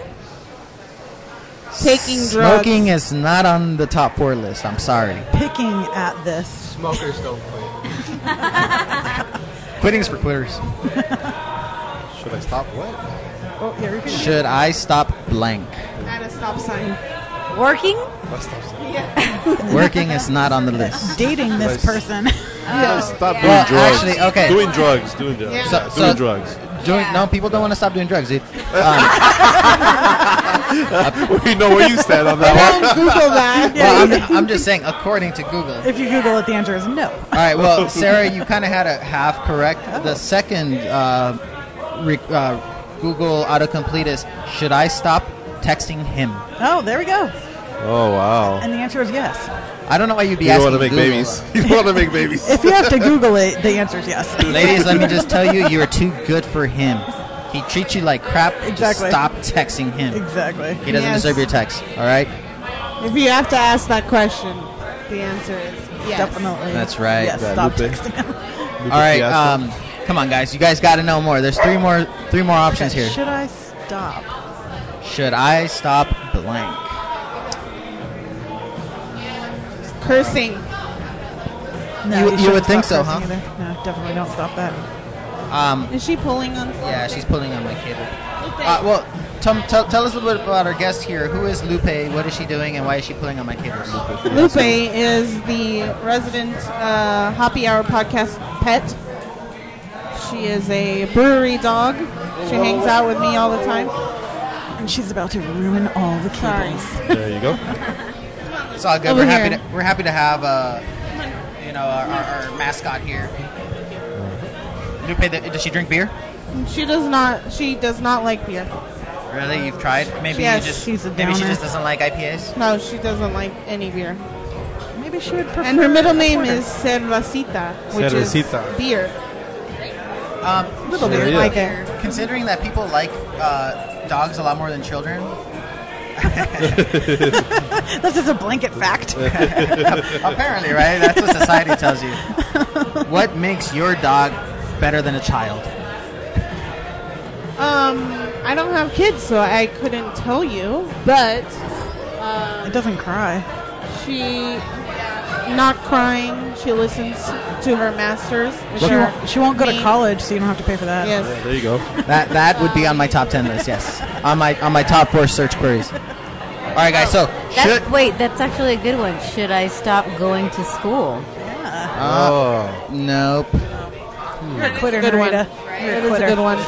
[SPEAKER 5] Taking drugs.
[SPEAKER 3] Smoking is not on the top four list. I'm sorry.
[SPEAKER 4] Picking at this.
[SPEAKER 7] Smokers don't play.
[SPEAKER 3] Quitting's for quitters.
[SPEAKER 2] Should I stop what?
[SPEAKER 4] Oh, yeah, repeat it.
[SPEAKER 3] Should I stop blank?
[SPEAKER 5] At a stop sign.
[SPEAKER 6] Working?
[SPEAKER 2] Let's stop slime.
[SPEAKER 3] Working is not on the
[SPEAKER 5] *laughs*
[SPEAKER 3] list.
[SPEAKER 4] Dating this
[SPEAKER 2] Nice.
[SPEAKER 4] person.
[SPEAKER 6] Oh,
[SPEAKER 2] Stop
[SPEAKER 6] yeah.
[SPEAKER 2] doing
[SPEAKER 3] Well,
[SPEAKER 2] drugs.
[SPEAKER 3] actually, okay.
[SPEAKER 2] Doing drugs. Doing drugs.
[SPEAKER 5] Yeah.
[SPEAKER 2] Yeah.
[SPEAKER 5] So-
[SPEAKER 3] so-
[SPEAKER 2] doing drugs. *laughs*
[SPEAKER 3] Doing,
[SPEAKER 6] Yeah.
[SPEAKER 3] No, people don't want to stop doing
[SPEAKER 5] *laughs*
[SPEAKER 3] drugs, dude.
[SPEAKER 2] we know where you stand on that
[SPEAKER 3] *laughs*
[SPEAKER 5] Don't Google that.
[SPEAKER 4] *laughs*
[SPEAKER 3] Well, I'm, I'm just saying, according to Google.
[SPEAKER 4] if you Google it, the answer is no.
[SPEAKER 3] All right.
[SPEAKER 2] *laughs*
[SPEAKER 3] Well, Sarah, you kind of had a half correct. The second uh, re- uh, Google autocomplete is: Should I stop texting him?
[SPEAKER 4] Oh, there we go.
[SPEAKER 2] one. Oh wow.
[SPEAKER 4] And the answer is yes.
[SPEAKER 3] I don't know why you'd be
[SPEAKER 2] You don't
[SPEAKER 3] asking.
[SPEAKER 2] want to make
[SPEAKER 3] Google.
[SPEAKER 2] babies. *laughs* You don't want to make babies.
[SPEAKER 4] If you have to Google it, the answer is yes.
[SPEAKER 3] *laughs* Ladies,
[SPEAKER 2] *laughs*
[SPEAKER 3] let me just tell you, you are too good for him. He treats you like crap. Just
[SPEAKER 4] Exactly.
[SPEAKER 3] stop texting him.
[SPEAKER 4] exactly.
[SPEAKER 3] He doesn't
[SPEAKER 5] Yes.
[SPEAKER 3] deserve your text. All right.
[SPEAKER 5] If you have to ask that question, the answer is yes.
[SPEAKER 4] Definitely.
[SPEAKER 3] That's right.
[SPEAKER 4] Yes,
[SPEAKER 2] Yeah,
[SPEAKER 4] stop
[SPEAKER 2] Lupe.
[SPEAKER 4] texting him.
[SPEAKER 2] All
[SPEAKER 3] *laughs* All right. Um, come on, guys. You guys got to know more. There's three more. Three more options here.
[SPEAKER 4] Should I stop?
[SPEAKER 3] Should I stop blank?
[SPEAKER 5] cursing.
[SPEAKER 4] No,
[SPEAKER 3] You- you
[SPEAKER 4] shouldn't
[SPEAKER 3] would think so,
[SPEAKER 4] stop
[SPEAKER 3] huh?
[SPEAKER 4] cursing either. No, definitely don't stop that.
[SPEAKER 3] Um,
[SPEAKER 5] Is she pulling on?
[SPEAKER 3] yeah, she's pulling on my cable.
[SPEAKER 5] something?
[SPEAKER 3] Uh, well, Tom, tell, tell us a little bit about our guest here. Who is Lupe? What is she doing, and why is she pulling on my cables?
[SPEAKER 5] Lupe is the resident uh, Happy Hour podcast pet. She is a brewery dog. She hangs out with me all the time.
[SPEAKER 4] And she's about to ruin all the
[SPEAKER 5] Sorry.
[SPEAKER 4] cables.
[SPEAKER 2] There you go.
[SPEAKER 3] It's all good.
[SPEAKER 5] Over
[SPEAKER 3] we're happy.
[SPEAKER 5] here.
[SPEAKER 3] To, we're happy to have uh, you know our, our, our mascot here. Lupe, th- does she drink beer?
[SPEAKER 5] She does not. She does not like beer.
[SPEAKER 3] Really, you've tried? Maybe
[SPEAKER 5] Yes,
[SPEAKER 3] you just
[SPEAKER 4] she's a
[SPEAKER 3] maybe she
[SPEAKER 4] downer.
[SPEAKER 3] just doesn't like IPAs.
[SPEAKER 5] No, she doesn't like any beer.
[SPEAKER 4] Maybe she would prefer.
[SPEAKER 5] And her middle
[SPEAKER 4] a
[SPEAKER 5] name
[SPEAKER 4] porter.
[SPEAKER 5] is Cervecita, which
[SPEAKER 2] Cervecita.
[SPEAKER 5] is beer.
[SPEAKER 3] Um,
[SPEAKER 5] Little
[SPEAKER 2] Sure
[SPEAKER 5] beer,
[SPEAKER 2] is.
[SPEAKER 5] like a
[SPEAKER 3] considering that people like uh, dogs a lot more than children,
[SPEAKER 4] That's just a blanket
[SPEAKER 2] *laughs*
[SPEAKER 4] fact.
[SPEAKER 3] apparently, right? That's what society tells
[SPEAKER 5] *laughs*
[SPEAKER 3] you. What makes your dog better than a child?
[SPEAKER 5] Um, I don't have kids, so I couldn't tell you. But
[SPEAKER 4] it doesn't cry.
[SPEAKER 5] she, not crying, she listens to her masters.
[SPEAKER 4] She,
[SPEAKER 5] Sure.
[SPEAKER 4] won't, she won't go to
[SPEAKER 5] Me.
[SPEAKER 4] college, so you don't have to pay for that.
[SPEAKER 5] Yes.
[SPEAKER 2] There you go.
[SPEAKER 3] That that would be on my top ten list. Yes, on my on my top four search queries. All right, guys. So should
[SPEAKER 6] That's, wait, that's actually a good one. Should I stop going to school?
[SPEAKER 3] uh,
[SPEAKER 2] Oh.
[SPEAKER 3] nope.
[SPEAKER 4] You're a quitter,
[SPEAKER 5] Good one.
[SPEAKER 4] Narita. You're a
[SPEAKER 5] That is a
[SPEAKER 4] quitter.
[SPEAKER 5] good one.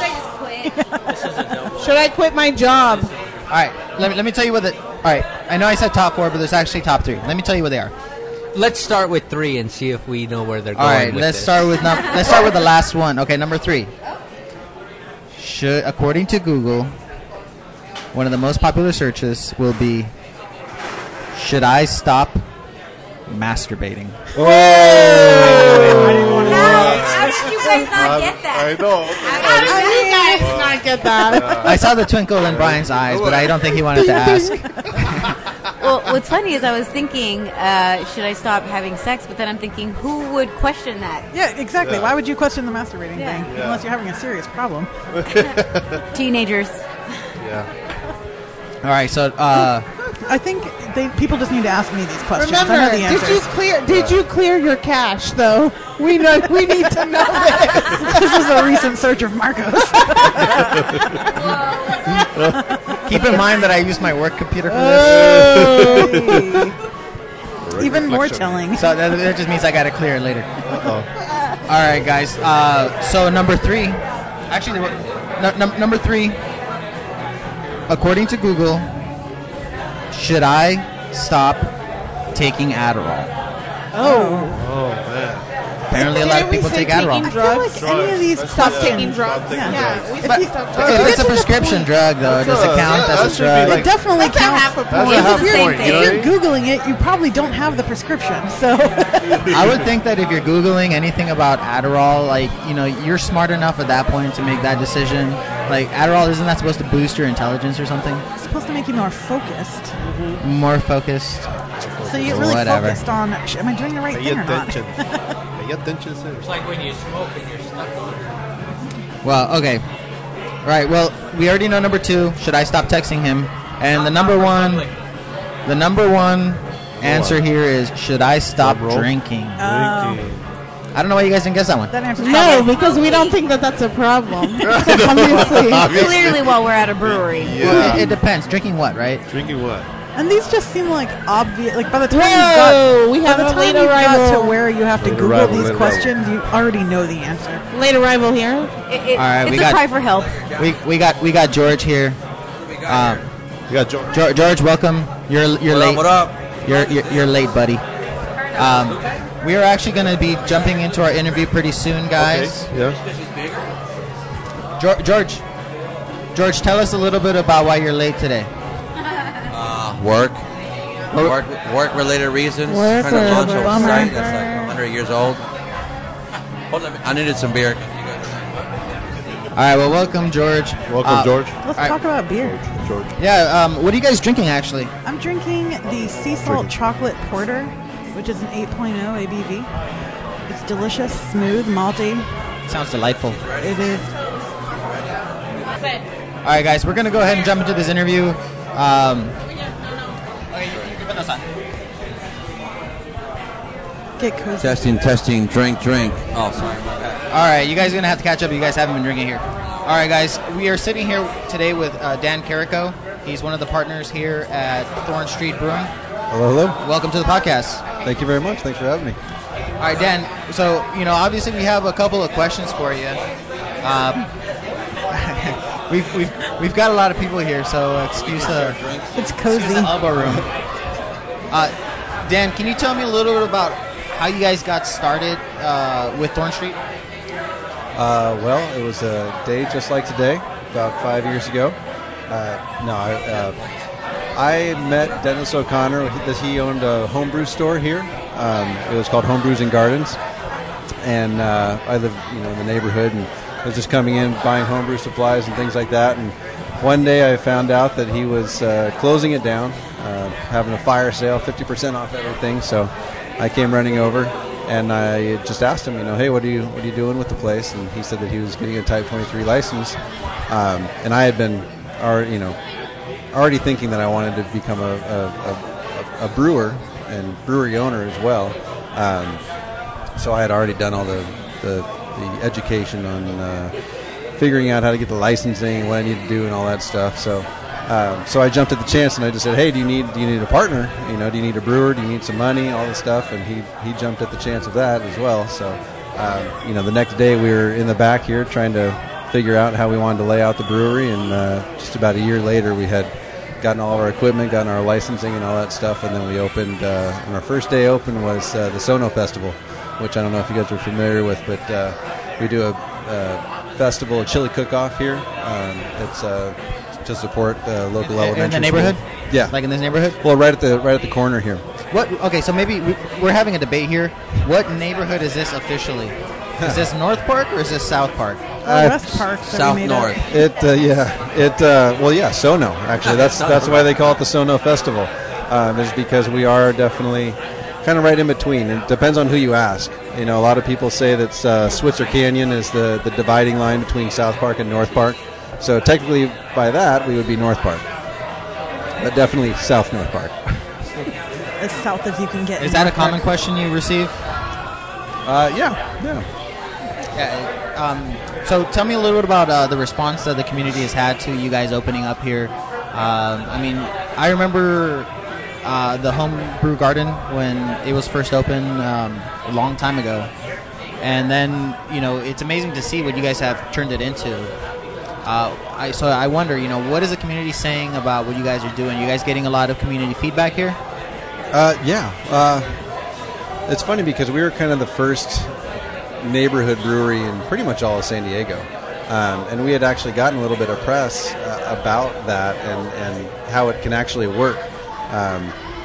[SPEAKER 5] Should I quit my job?
[SPEAKER 3] All right, let me, let me tell you what the. All right, I know I said top four, but there's actually top three. Let me tell you what they are.
[SPEAKER 7] Let's start with three and see if we know where they're
[SPEAKER 3] All
[SPEAKER 7] going.
[SPEAKER 3] right,
[SPEAKER 7] with
[SPEAKER 3] let's
[SPEAKER 7] this.
[SPEAKER 3] start with num- let's start with the last one. Okay, number three. Should according to Google, one of the most popular searches will be, should I stop masturbating?
[SPEAKER 2] Oh.
[SPEAKER 6] How did you guys not get
[SPEAKER 2] I
[SPEAKER 6] that?
[SPEAKER 3] Uh,
[SPEAKER 2] know.
[SPEAKER 6] How did you guys
[SPEAKER 5] I get
[SPEAKER 7] Uh.
[SPEAKER 5] that.
[SPEAKER 3] I saw the twinkle in Brian's eyes, but I don't think he wanted
[SPEAKER 7] *laughs*
[SPEAKER 3] to ask.
[SPEAKER 6] Well, what's funny is I was thinking, uh, should I stop having sex? But then I'm thinking, who would question that?
[SPEAKER 4] Yeah, exactly.
[SPEAKER 2] Yeah.
[SPEAKER 4] Why would you question the masturbating
[SPEAKER 6] Yeah.
[SPEAKER 4] thing
[SPEAKER 2] Yeah.
[SPEAKER 4] unless you're having a serious problem?
[SPEAKER 6] Teenagers.
[SPEAKER 2] Yeah.
[SPEAKER 3] All right, so uh,
[SPEAKER 4] I think they, people just need to ask me these questions. I know
[SPEAKER 5] Remember,
[SPEAKER 4] the
[SPEAKER 5] did you
[SPEAKER 4] answers.
[SPEAKER 5] clear? Did you clear your cache though? We know. We need to know this.
[SPEAKER 4] this is a recent search of *laughs* Marcos.
[SPEAKER 3] keep in mind that I used my work computer for this,
[SPEAKER 4] Oh. Even more
[SPEAKER 2] Reflection.
[SPEAKER 4] telling.
[SPEAKER 3] so that, that just means I got to clear it later.
[SPEAKER 2] Uh-oh.
[SPEAKER 3] All right, guys. Uh, so number three, actually, there were- nu- num- number three. According to Google, should I stop taking Adderall?
[SPEAKER 5] Oh,
[SPEAKER 2] Oh, man.
[SPEAKER 3] Apparently, a lot of
[SPEAKER 5] Didn't we
[SPEAKER 3] people
[SPEAKER 5] say
[SPEAKER 3] take Adderall.
[SPEAKER 5] taking
[SPEAKER 4] I feel like
[SPEAKER 5] drugs?
[SPEAKER 4] any of these
[SPEAKER 2] Drugs.
[SPEAKER 5] Stop
[SPEAKER 2] Yeah.
[SPEAKER 5] taking
[SPEAKER 4] questions-
[SPEAKER 5] drugs.
[SPEAKER 2] Stop uh, taking
[SPEAKER 5] Yeah,
[SPEAKER 2] drugs.
[SPEAKER 5] we
[SPEAKER 3] But
[SPEAKER 5] said stop taking
[SPEAKER 3] if it's a
[SPEAKER 5] drugs.
[SPEAKER 3] prescription drug, though,
[SPEAKER 2] That's
[SPEAKER 3] does it
[SPEAKER 2] a-
[SPEAKER 3] count
[SPEAKER 2] that- that
[SPEAKER 3] as a
[SPEAKER 2] should be
[SPEAKER 3] drug?
[SPEAKER 2] like-
[SPEAKER 4] Definitely
[SPEAKER 5] That's a
[SPEAKER 4] counts.
[SPEAKER 5] half a point.
[SPEAKER 2] That's a
[SPEAKER 6] It's
[SPEAKER 2] half
[SPEAKER 6] the same
[SPEAKER 2] point. You
[SPEAKER 6] thing.
[SPEAKER 2] know
[SPEAKER 4] If
[SPEAKER 2] what I
[SPEAKER 4] you're
[SPEAKER 2] mean?
[SPEAKER 4] Googling it, you probably don't have the prescription. So *laughs*
[SPEAKER 3] I would think that if you're googling anything about Adderall, like you know, you're smart enough at that point to make that decision. Like Adderall, isn't that supposed to boost your intelligence or something?
[SPEAKER 4] it's supposed to make you more focused.
[SPEAKER 3] More focused.
[SPEAKER 4] So you get really
[SPEAKER 3] Whatever.
[SPEAKER 4] focused on, "Sh- am I doing the right
[SPEAKER 2] Pay
[SPEAKER 4] thing or not?
[SPEAKER 2] attention. Pay attention, sir.
[SPEAKER 7] It's like when you smoke and you're stuck on it.
[SPEAKER 3] Well, okay. Right. Well, we already know number two. Should I stop texting him? And the number one, the number one answer here is: Should I stop
[SPEAKER 2] Drum roll.
[SPEAKER 3] drinking?
[SPEAKER 2] Drinking.
[SPEAKER 3] I don't know why you guys didn't guess that one.
[SPEAKER 4] That answers
[SPEAKER 5] No, because we don't think that that's a
[SPEAKER 2] *laughs*
[SPEAKER 5] problem. Obviously.
[SPEAKER 6] Clearly, while we're at a brewery.
[SPEAKER 3] Well,
[SPEAKER 2] Yeah.
[SPEAKER 3] it, it depends. Drinking what, right?
[SPEAKER 2] Drinking what?
[SPEAKER 4] And these just seem like obvious. Like by the time you
[SPEAKER 5] Whoa,
[SPEAKER 4] got,
[SPEAKER 5] we
[SPEAKER 4] by
[SPEAKER 5] have
[SPEAKER 4] the
[SPEAKER 5] a
[SPEAKER 4] time
[SPEAKER 5] late
[SPEAKER 4] you got
[SPEAKER 5] arrival.
[SPEAKER 4] to where you have to
[SPEAKER 2] Late
[SPEAKER 4] Google
[SPEAKER 2] arrival,
[SPEAKER 4] these
[SPEAKER 2] late arrival.
[SPEAKER 4] questions, you already know the answer.
[SPEAKER 5] Late arrival here.
[SPEAKER 6] It, it,
[SPEAKER 3] All right,
[SPEAKER 6] it's
[SPEAKER 3] we
[SPEAKER 6] a
[SPEAKER 3] got-
[SPEAKER 6] cry for help.
[SPEAKER 3] We, we got we got George here. Um,
[SPEAKER 2] You got George.
[SPEAKER 3] George, George, welcome. You're you're
[SPEAKER 1] uh,
[SPEAKER 3] late.
[SPEAKER 7] What up?
[SPEAKER 3] You're, you're you're late, buddy. Um, we are actually going to be jumping into our interview pretty soon, guys.
[SPEAKER 2] Okay. Yeah.
[SPEAKER 3] Geor- George, George, tell us a little bit about why you're late today.
[SPEAKER 1] Uh, work. Work, work related reasons.
[SPEAKER 5] Work
[SPEAKER 1] Trying to
[SPEAKER 5] or
[SPEAKER 1] launch a
[SPEAKER 5] bummer.
[SPEAKER 1] site that's like 100 years old. Hold on, a minute. I needed some beer.
[SPEAKER 3] All right, well, welcome, George.
[SPEAKER 2] Welcome,
[SPEAKER 3] Uh,
[SPEAKER 2] George.
[SPEAKER 4] Let's
[SPEAKER 3] I-
[SPEAKER 4] talk about beer.
[SPEAKER 2] George.
[SPEAKER 3] Yeah, um, what are you guys drinking actually?
[SPEAKER 4] I'm drinking the sea salt chocolate porter, which is an 8.0 ABV. It's delicious, smooth, malty.
[SPEAKER 3] Sounds delightful. All
[SPEAKER 4] It is.
[SPEAKER 3] right, guys, we're going to go ahead and jump into this interview. Um,
[SPEAKER 4] Get cozy.
[SPEAKER 1] Testing, testing, drink, drink. Oh, sorry.
[SPEAKER 3] All right, you guys are gonna have to catch up. You guys haven't been drinking here. All right, guys, we are sitting here today with uh, Dan Carico. He's one of the partners here at Thorn Street Brewing.
[SPEAKER 8] Hello, hello.
[SPEAKER 3] Welcome to the podcast.
[SPEAKER 8] Thank you very much. Thanks for having me.
[SPEAKER 3] All right, Dan. So you know, obviously, we have a couple of questions for you. Um, *laughs* we've, we've we've got a lot of people here, so excuse the
[SPEAKER 4] It's
[SPEAKER 3] excuse the
[SPEAKER 4] cozy.
[SPEAKER 3] elbow room. Uh, Dan, can you tell me a little bit about how you guys got started uh, with Thorn Street?
[SPEAKER 8] Uh, well, it was a day just like today, about five years ago. Uh, no, I, uh, I met Dennis O'Connor. He, that he owned a homebrew store here. Um, it was called Homebrews and Gardens, and uh, I lived, you know, in the neighborhood, and I was just coming in buying homebrew supplies and things like that. And one day, I found out that he was uh, closing it down, uh, having a fire sale, fifty percent off everything. So I came running over, and I just asked him, you know, hey, what are you what are you doing with the place? And he said that he was getting a Type Twenty Three license, um, and I had been, or you know, already thinking that I wanted to become a, a, a, a brewer and brewery owner as well. Um, so I had already done all the, the, the education on uh, figuring out how to get the licensing and what I need to do and all that stuff. So um, so I jumped at the chance and I just said, hey, do you need do you need a partner? You know, do you need a brewer? Do you need some money? All this stuff. And he, he jumped at the chance of that as well. So um, you know, the next day we were in the back here trying to figure out how we wanted to lay out the brewery, and uh, just about a year later we had gotten all of our equipment, gotten our licensing and all that stuff, and then we opened. Uh, and our first day open was uh, the Sono Festival, which I don't know if you guys are familiar with, but uh, we do a, uh festival, a chili cook-off here. Um, it's uh, to support uh, local
[SPEAKER 3] In- in the
[SPEAKER 8] elementary school.
[SPEAKER 3] neighborhood?
[SPEAKER 8] Yeah,
[SPEAKER 3] Like in this neighborhood?
[SPEAKER 8] well, right at the right at the corner here.
[SPEAKER 3] What? Okay, so maybe we, we're having a debate here. What neighborhood is this officially? Is this North Park or is this South Park?
[SPEAKER 4] Oh, West Park. that we
[SPEAKER 1] South
[SPEAKER 4] made up.
[SPEAKER 1] North.
[SPEAKER 8] It uh, yeah. It uh, well yeah. Sono *laughs* actually. That's that's why they call it the Sono Festival. Um, is because we are definitely kind of right in between. It depends on who you ask. You know, a lot of people say that uh, Switzer Canyon is the the dividing line between South Park and North Park. So technically, by that we would be North Park, but definitely South North Park.
[SPEAKER 4] As south as you can get.
[SPEAKER 3] Is
[SPEAKER 4] in
[SPEAKER 3] that a
[SPEAKER 4] North
[SPEAKER 3] common
[SPEAKER 4] Park.
[SPEAKER 3] question you receive?
[SPEAKER 8] Uh, yeah, yeah.
[SPEAKER 3] Yeah. Um, so tell me a little bit about uh, the response that the community has had to you guys opening up here. Um, I mean, I remember uh, the homebrew garden when it was first opened um, a long time ago, and then you know it's amazing to see what you guys have turned it into. Uh, I, so I wonder, you know, what is the community saying about what you guys are doing? You guys getting a lot of community feedback here?
[SPEAKER 8] Uh, yeah. Uh, it's funny because we were kind of the first neighborhood brewery in pretty much all of San Diego. Um, and we had actually gotten a little bit of press uh, about that and, and how it can actually work.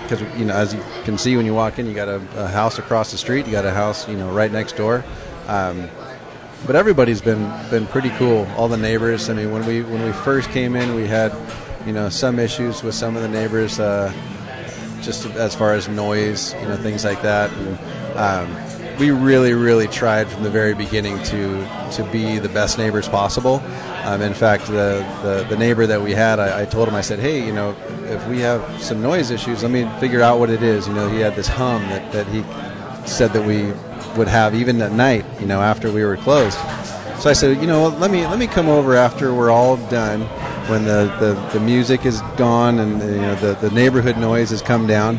[SPEAKER 8] Because, you know, as you can see when you walk in, you got a, a house across the street, you got a house, you know, right next door. Um, but everybody's been been pretty cool. All the neighbors. I mean, when we when we first came in, we had you know some issues with some of the neighbors, uh, just as far as noise, you know, things like that. And um, we really, really tried from the very beginning to to be the best neighbors possible. Um, in fact, the, the the neighbor that we had, I, I told him, I said, hey, you know, if we have some noise issues, let me figure out what it is. You know, he had this hum that, that he said that we would have even at night, you know, after we were closed. So I said, you know, let me let me come over after we're all done, when the, the, the music is gone and the, you know the, the neighborhood noise has come down,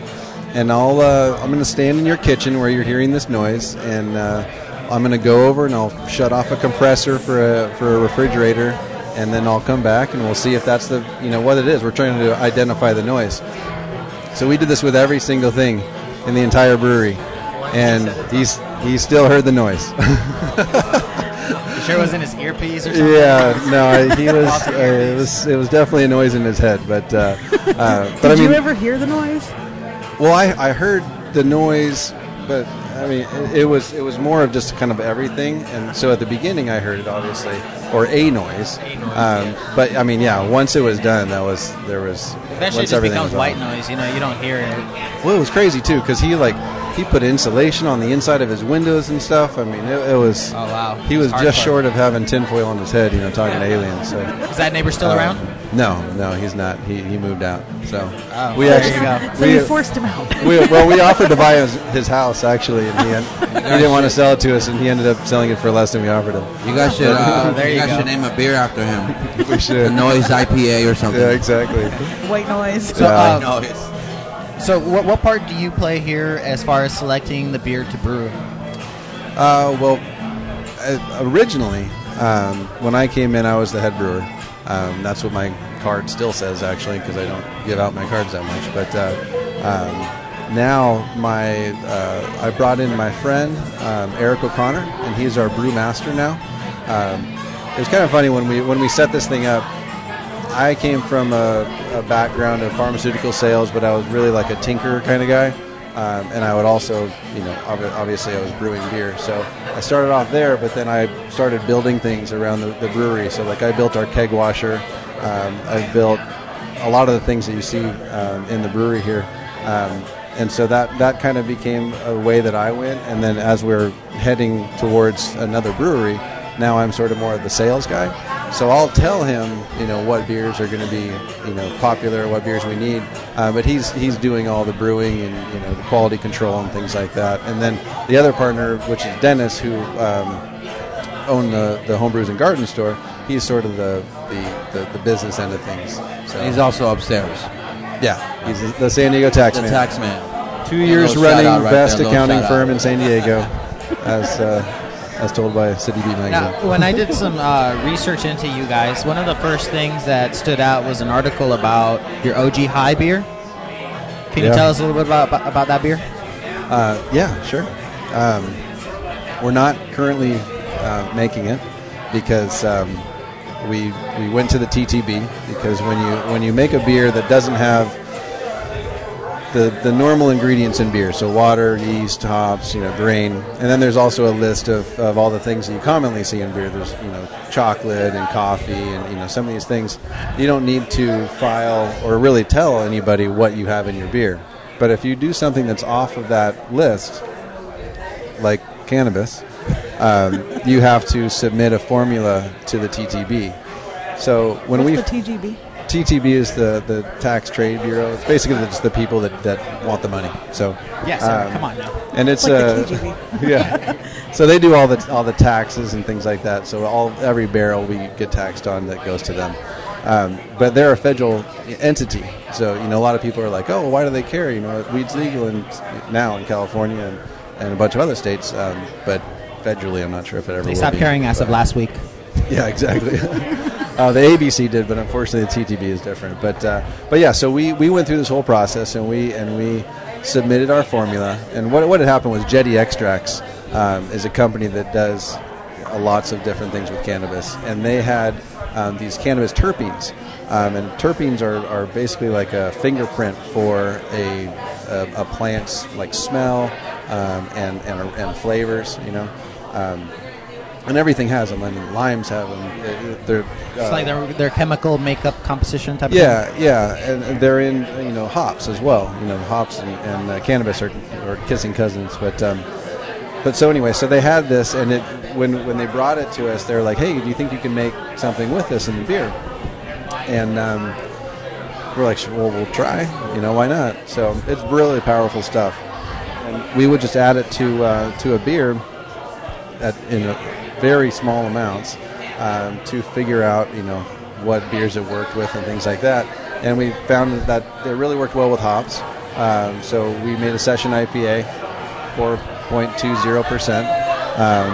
[SPEAKER 8] and I'll uh, I'm going to stand in your kitchen where you're hearing this noise, and uh, I'm going to go over and I'll shut off a compressor for a for a refrigerator, and then I'll come back and we'll see if that's the you know what it is. We're trying to identify the noise. So we did this with every single thing in the entire brewery, and he's he still heard the noise.
[SPEAKER 3] You sure it was in his earpiece or something?
[SPEAKER 8] yeah, no, I- he was. Uh, it was it was definitely a noise in his head, but uh, uh,
[SPEAKER 4] *laughs*
[SPEAKER 8] but
[SPEAKER 4] Did
[SPEAKER 8] I mean,
[SPEAKER 4] you ever hear the noise?
[SPEAKER 8] well, I, I heard the noise, but I mean, it, it was it was more of just kind of everything. And so at the beginning, I heard it obviously, or a noise. um, But I mean, yeah, once it was done, that was there was
[SPEAKER 3] Eventually, it
[SPEAKER 8] once
[SPEAKER 3] just
[SPEAKER 8] everything was
[SPEAKER 3] becomes
[SPEAKER 8] on.
[SPEAKER 3] white noise. You know, you don't hear it.
[SPEAKER 8] Well, it was crazy too because he like he put insulation on the inside of his windows and stuff. I mean, it, it was.
[SPEAKER 3] Oh, wow.
[SPEAKER 8] He was
[SPEAKER 3] Hardcore.
[SPEAKER 8] just short of having tinfoil on his head, you know, talking to aliens. So
[SPEAKER 3] Is that neighbor still
[SPEAKER 8] Um,
[SPEAKER 3] around?
[SPEAKER 8] No, no, he's not. He, he moved out. So
[SPEAKER 3] Oh,
[SPEAKER 8] we
[SPEAKER 3] there
[SPEAKER 8] actually
[SPEAKER 3] you
[SPEAKER 4] *laughs* So
[SPEAKER 8] we-
[SPEAKER 4] you forced him out.
[SPEAKER 8] we, well, we offered to buy his, his house actually, and
[SPEAKER 3] *laughs*
[SPEAKER 8] he, en- he didn't want to sell it to us, and he ended up selling it for less than we offered him.
[SPEAKER 1] You guys should. Uh,
[SPEAKER 3] There
[SPEAKER 1] you
[SPEAKER 3] you
[SPEAKER 1] guys
[SPEAKER 3] go.
[SPEAKER 1] should name a beer after him.
[SPEAKER 8] We
[SPEAKER 1] the
[SPEAKER 8] should.
[SPEAKER 1] Noise IPA or something.
[SPEAKER 8] *laughs* Yeah, exactly.
[SPEAKER 4] White noise.
[SPEAKER 3] So,
[SPEAKER 8] Yeah.
[SPEAKER 3] uh,
[SPEAKER 1] Noise.
[SPEAKER 3] so what, what part do you play here as far as selecting the beer to brew?
[SPEAKER 8] Uh, well, uh, originally, um, when I came in, I was the head brewer. Um, that's what my card still says, actually, because I don't give out my cards that much. But uh, um, now, my uh, I brought in my friend um, Eric O'Connor, and he's our brewmaster now. Um, it was kind of funny when we when we set this thing up. I came from a, a background of pharmaceutical sales, but I was really like a tinker kind of guy. Um, and I would also, you know, obvi- obviously I was brewing beer. So I started off there, but then I started building things around the, the brewery. So, like, I built our keg washer, um, I've built a lot of the things that you see um, in the brewery here. Um, and so that, that kind of became a way that I went. And then as we're heading towards another brewery, now I'm sort of more of the sales guy. So I'll tell him, you know, what beers are going to be, you know, popular, what beers we need. Uh, but he's he's doing all the brewing and you know the quality control and things like that. And then the other partner, which is Dennis, who um, own the the homebrews and garden store, he's sort of the the, the, the business end of things. So
[SPEAKER 1] He's also upstairs.
[SPEAKER 8] yeah, he's the San Diego tax
[SPEAKER 1] The
[SPEAKER 8] man.
[SPEAKER 1] tax man.
[SPEAKER 8] Two years
[SPEAKER 1] Little shout
[SPEAKER 8] running
[SPEAKER 1] out right
[SPEAKER 8] best
[SPEAKER 1] there, little
[SPEAKER 8] accounting
[SPEAKER 1] shout out.
[SPEAKER 8] firm in San Diego, as uh, as told by City Beat magazine.
[SPEAKER 3] Now, when
[SPEAKER 8] *laughs*
[SPEAKER 3] I did some uh, research into you guys, one of the first things that stood out was an article about your OG High beer. Can you
[SPEAKER 8] Yeah.
[SPEAKER 3] tell us a little bit about, about, about that beer?
[SPEAKER 8] Uh, yeah, sure. Um, we're not currently uh, making it because um, we we went to the TTB because when you when you make a beer that doesn't have the, the normal ingredients in beer, so water, yeast, hops, you know, grain, and then there's also a list of, of all the things that you commonly see in beer. There's you know chocolate and coffee and you know some of these things. You don't need to file or really tell anybody what you have in your beer. But if you do something that's off of that list, like cannabis, um, you have to submit a formula to the TTB. So when
[SPEAKER 4] What's
[SPEAKER 8] we
[SPEAKER 4] the TGB?
[SPEAKER 8] TTB is the, the Tax Trade Bureau. It's basically just the people that, that want the money. So
[SPEAKER 3] Yes,
[SPEAKER 8] um,
[SPEAKER 3] come on now.
[SPEAKER 8] and it's
[SPEAKER 4] Like
[SPEAKER 8] uh,
[SPEAKER 4] the
[SPEAKER 8] *laughs*
[SPEAKER 4] TGB.
[SPEAKER 8] yeah. So they do all the all the taxes and things like that. So all every barrel we get taxed on that goes to them. Um, but they're a federal entity, so you know a lot of people are like, oh, why do they care? You know, weed's legal in, now in California and, and a bunch of other states, um, but federally, I'm not sure if it ever.
[SPEAKER 3] They
[SPEAKER 8] will
[SPEAKER 3] stopped
[SPEAKER 8] be.
[SPEAKER 3] carrying as of last week.
[SPEAKER 8] *laughs* Yeah, exactly. uh, the ABC did, but unfortunately, the TTB is different. But uh, but yeah, so we, we went through this whole process and we and we submitted our formula. And what what had happened was Jetty Extracts um, is a company that does uh, lots of different things with cannabis, and they had um, these cannabis terpenes. Um, and terpenes are, are basically like a fingerprint for a, a, a plant's like smell um, and, and, and flavors, you know. Um, and everything has them. I mean, limes have them. They're, uh,
[SPEAKER 3] It's like their, their chemical makeup composition type of thing.
[SPEAKER 8] yeah, yeah, and and they're in you know hops as well. You know, hops and, and uh, cannabis are, are kissing cousins. But um, but so anyway, so they had this, and it when when they brought it to us, they were like, "Hey, do you think you can make something with this in the beer?" And um, we're like, "Well, we'll try. You know, why not?" So it's really powerful stuff. And we would just add it to uh, to a beer at, in a very small amounts um, to figure out you know what beers it worked with and things like that. And we found that it really worked well with hops. Um, so we made a session IPA, 4.20 percent, um,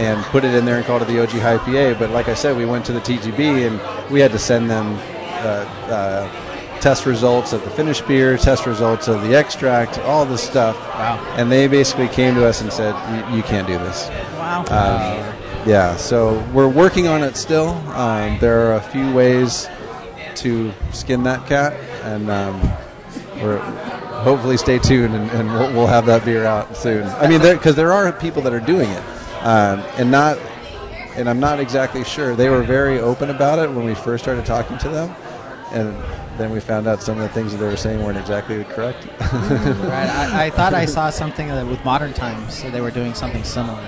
[SPEAKER 8] and put it in there and called it the OG IPA. But like I said, we went to the TGB and we had to send them. Uh, uh, Test results of the finished beer, test results of the extract, all this stuff.
[SPEAKER 3] Wow.
[SPEAKER 8] And they basically came to us and said, "You- "You can't do this.
[SPEAKER 4] Wow.
[SPEAKER 3] Uh,
[SPEAKER 8] Yeah, so we're working on it still. Um, there are a few ways to skin that cat, and um, we're hopefully stay tuned, and, and we'll, we'll have that beer out soon. I mean, because there are people that are doing it, um, and not, and I'm not exactly sure. They were very open about it when we first started talking to them, and then we found out some of the things that they were saying weren't exactly correct. *laughs*
[SPEAKER 3] Right. I, I thought I saw something that with modern times, so they were doing something similar.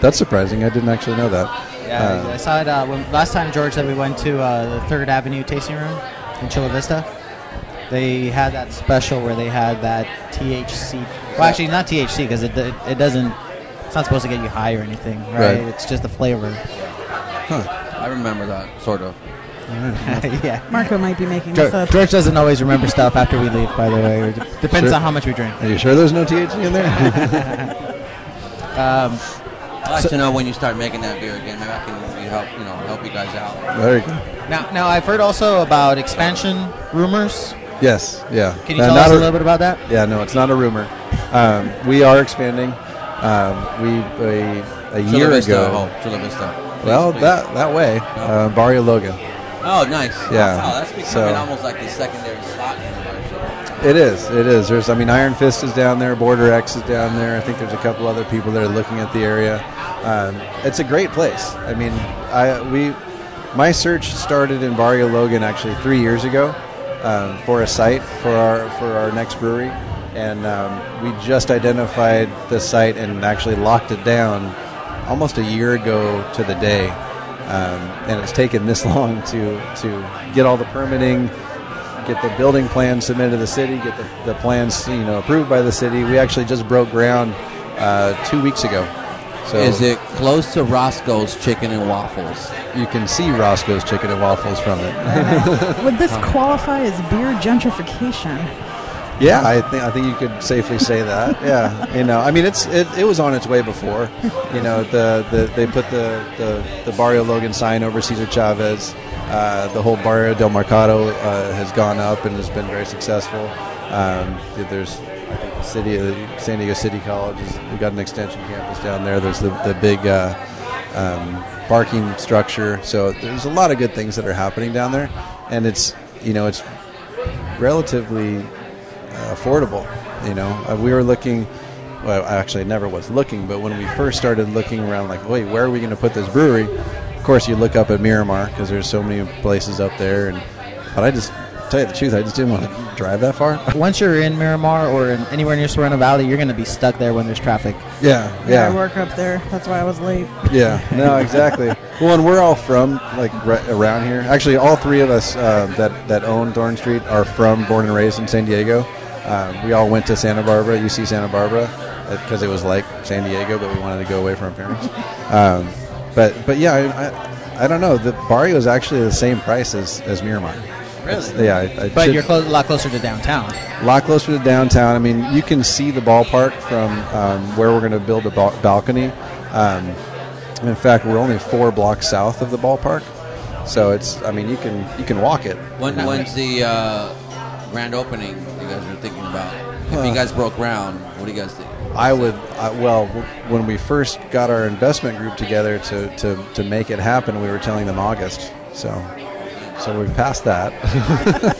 [SPEAKER 8] That's surprising. I didn't actually know that.
[SPEAKER 3] Yeah,
[SPEAKER 8] Uh,
[SPEAKER 3] I saw it uh, when, last time George that we went to uh, the Third Avenue tasting room in Chula Vista. They had that special where they had that THC. Well, actually, not THC because it, it it doesn't. It's not supposed to get you high or anything, right?
[SPEAKER 1] Right.
[SPEAKER 3] It's just the flavor.
[SPEAKER 1] I remember that sort of.
[SPEAKER 3] *laughs* yeah.
[SPEAKER 4] Marco might be making this
[SPEAKER 3] George,
[SPEAKER 4] up.
[SPEAKER 3] George doesn't always remember stuff after we leave, by the way. It Depends
[SPEAKER 8] Sure.
[SPEAKER 3] on how much we drink.
[SPEAKER 8] Are you sure there's no THC in there? *laughs*
[SPEAKER 3] Um,
[SPEAKER 1] I'd like to know when you start making that beer again. Maybe I can really help you know help you guys out.
[SPEAKER 8] there you go.
[SPEAKER 3] now, now I've heard also about expansion rumors.
[SPEAKER 8] Yes, yeah.
[SPEAKER 3] Can you
[SPEAKER 8] Uh,
[SPEAKER 3] tell
[SPEAKER 8] not
[SPEAKER 3] us a little bit about that?
[SPEAKER 8] Yeah, no, it's not a rumor. Um, we are expanding. Um, we a, a
[SPEAKER 1] Chula
[SPEAKER 8] year
[SPEAKER 1] Vista,
[SPEAKER 8] ago.
[SPEAKER 1] Oh, Chula Vista. Please,
[SPEAKER 8] Well,
[SPEAKER 1] please.
[SPEAKER 8] that that way, uh, Barrio Logan.
[SPEAKER 1] Oh, nice.
[SPEAKER 8] Yeah.
[SPEAKER 1] Wow, that's becoming
[SPEAKER 8] So-
[SPEAKER 1] almost like the secondary slot in the bar show.
[SPEAKER 8] It is. It is. There's. I mean, Iron Fist is down there. Border X is down there. I think there's a couple other people that are looking at the area. Um, it's a great place. I mean, I we my search started in Barrio Logan actually three years ago um, for a site for our for our next brewery, and um, we just identified the site and actually locked it down almost a year ago to the day. Um, and it's taken this *laughs* long to to get all the permitting, get the building plan submitted to the city, get the, the plans you know approved by the city. We actually just broke ground uh, two weeks ago. So
[SPEAKER 1] Is it close to Roscoe's Chicken and Waffles?
[SPEAKER 8] you can see Roscoe's Chicken and Waffles from it.
[SPEAKER 4] Would this qualify as beer gentrification?
[SPEAKER 8] yeah, I think I think you could safely say that. *laughs* Yeah, you know, I mean, it's it, it was on its way before. You know, the, the they put the, the the Barrio Logan sign over Cesar Chavez. Uh, the whole Barrio del Mercado uh, has gone up and has been very successful. Um, there's I think the city, uh, San Diego City College, has we've got an extension campus down there. There's the the big. Uh, um, barking structure, so there's a lot of good things that are happening down there, and it's you know it's relatively uh, affordable. You know, uh, we were looking. Well, I actually never was looking, but when we first started looking around, like, wait, where are we going to put this brewery? Of course, you look up at Miramar because there's so many places up there, and but I just tell you the truth, I just didn't want to drive that far. *laughs*
[SPEAKER 3] Once you're in Miramar or in anywhere near Sereno Valley, you're going to be stuck there when there's traffic.
[SPEAKER 8] yeah,
[SPEAKER 4] I work up there. That's why I was late.
[SPEAKER 8] *laughs* Yeah, no, exactly. well, and we're all from like right around here. Actually, all three of us uh, that that own Thorn Street are from, born and raised in San Diego. Um, we all went to Santa Barbara, UC Santa Barbara, because it was like San Diego, but we wanted to go away from our
[SPEAKER 3] *laughs*
[SPEAKER 8] parents. Um, but but yeah, I, I, I don't know. The barrio is actually the same price as, as Miramar. Really? Yeah. I, I
[SPEAKER 3] But
[SPEAKER 8] should-
[SPEAKER 3] you're clo- a lot closer to downtown.
[SPEAKER 8] a lot closer to downtown. I mean, you can see the ballpark from um, where we're going to build a bal- balcony. Um, in fact, we're only four blocks south of the ballpark, so it's. I mean, you can you can walk it.
[SPEAKER 1] When, when's the uh, grand opening you guys are thinking about? If you guys broke ground, what do you guys think?
[SPEAKER 8] I would. I, well, w- when we first got our investment group together to, to, to make it happen, we were telling them August. So, so we've passed that.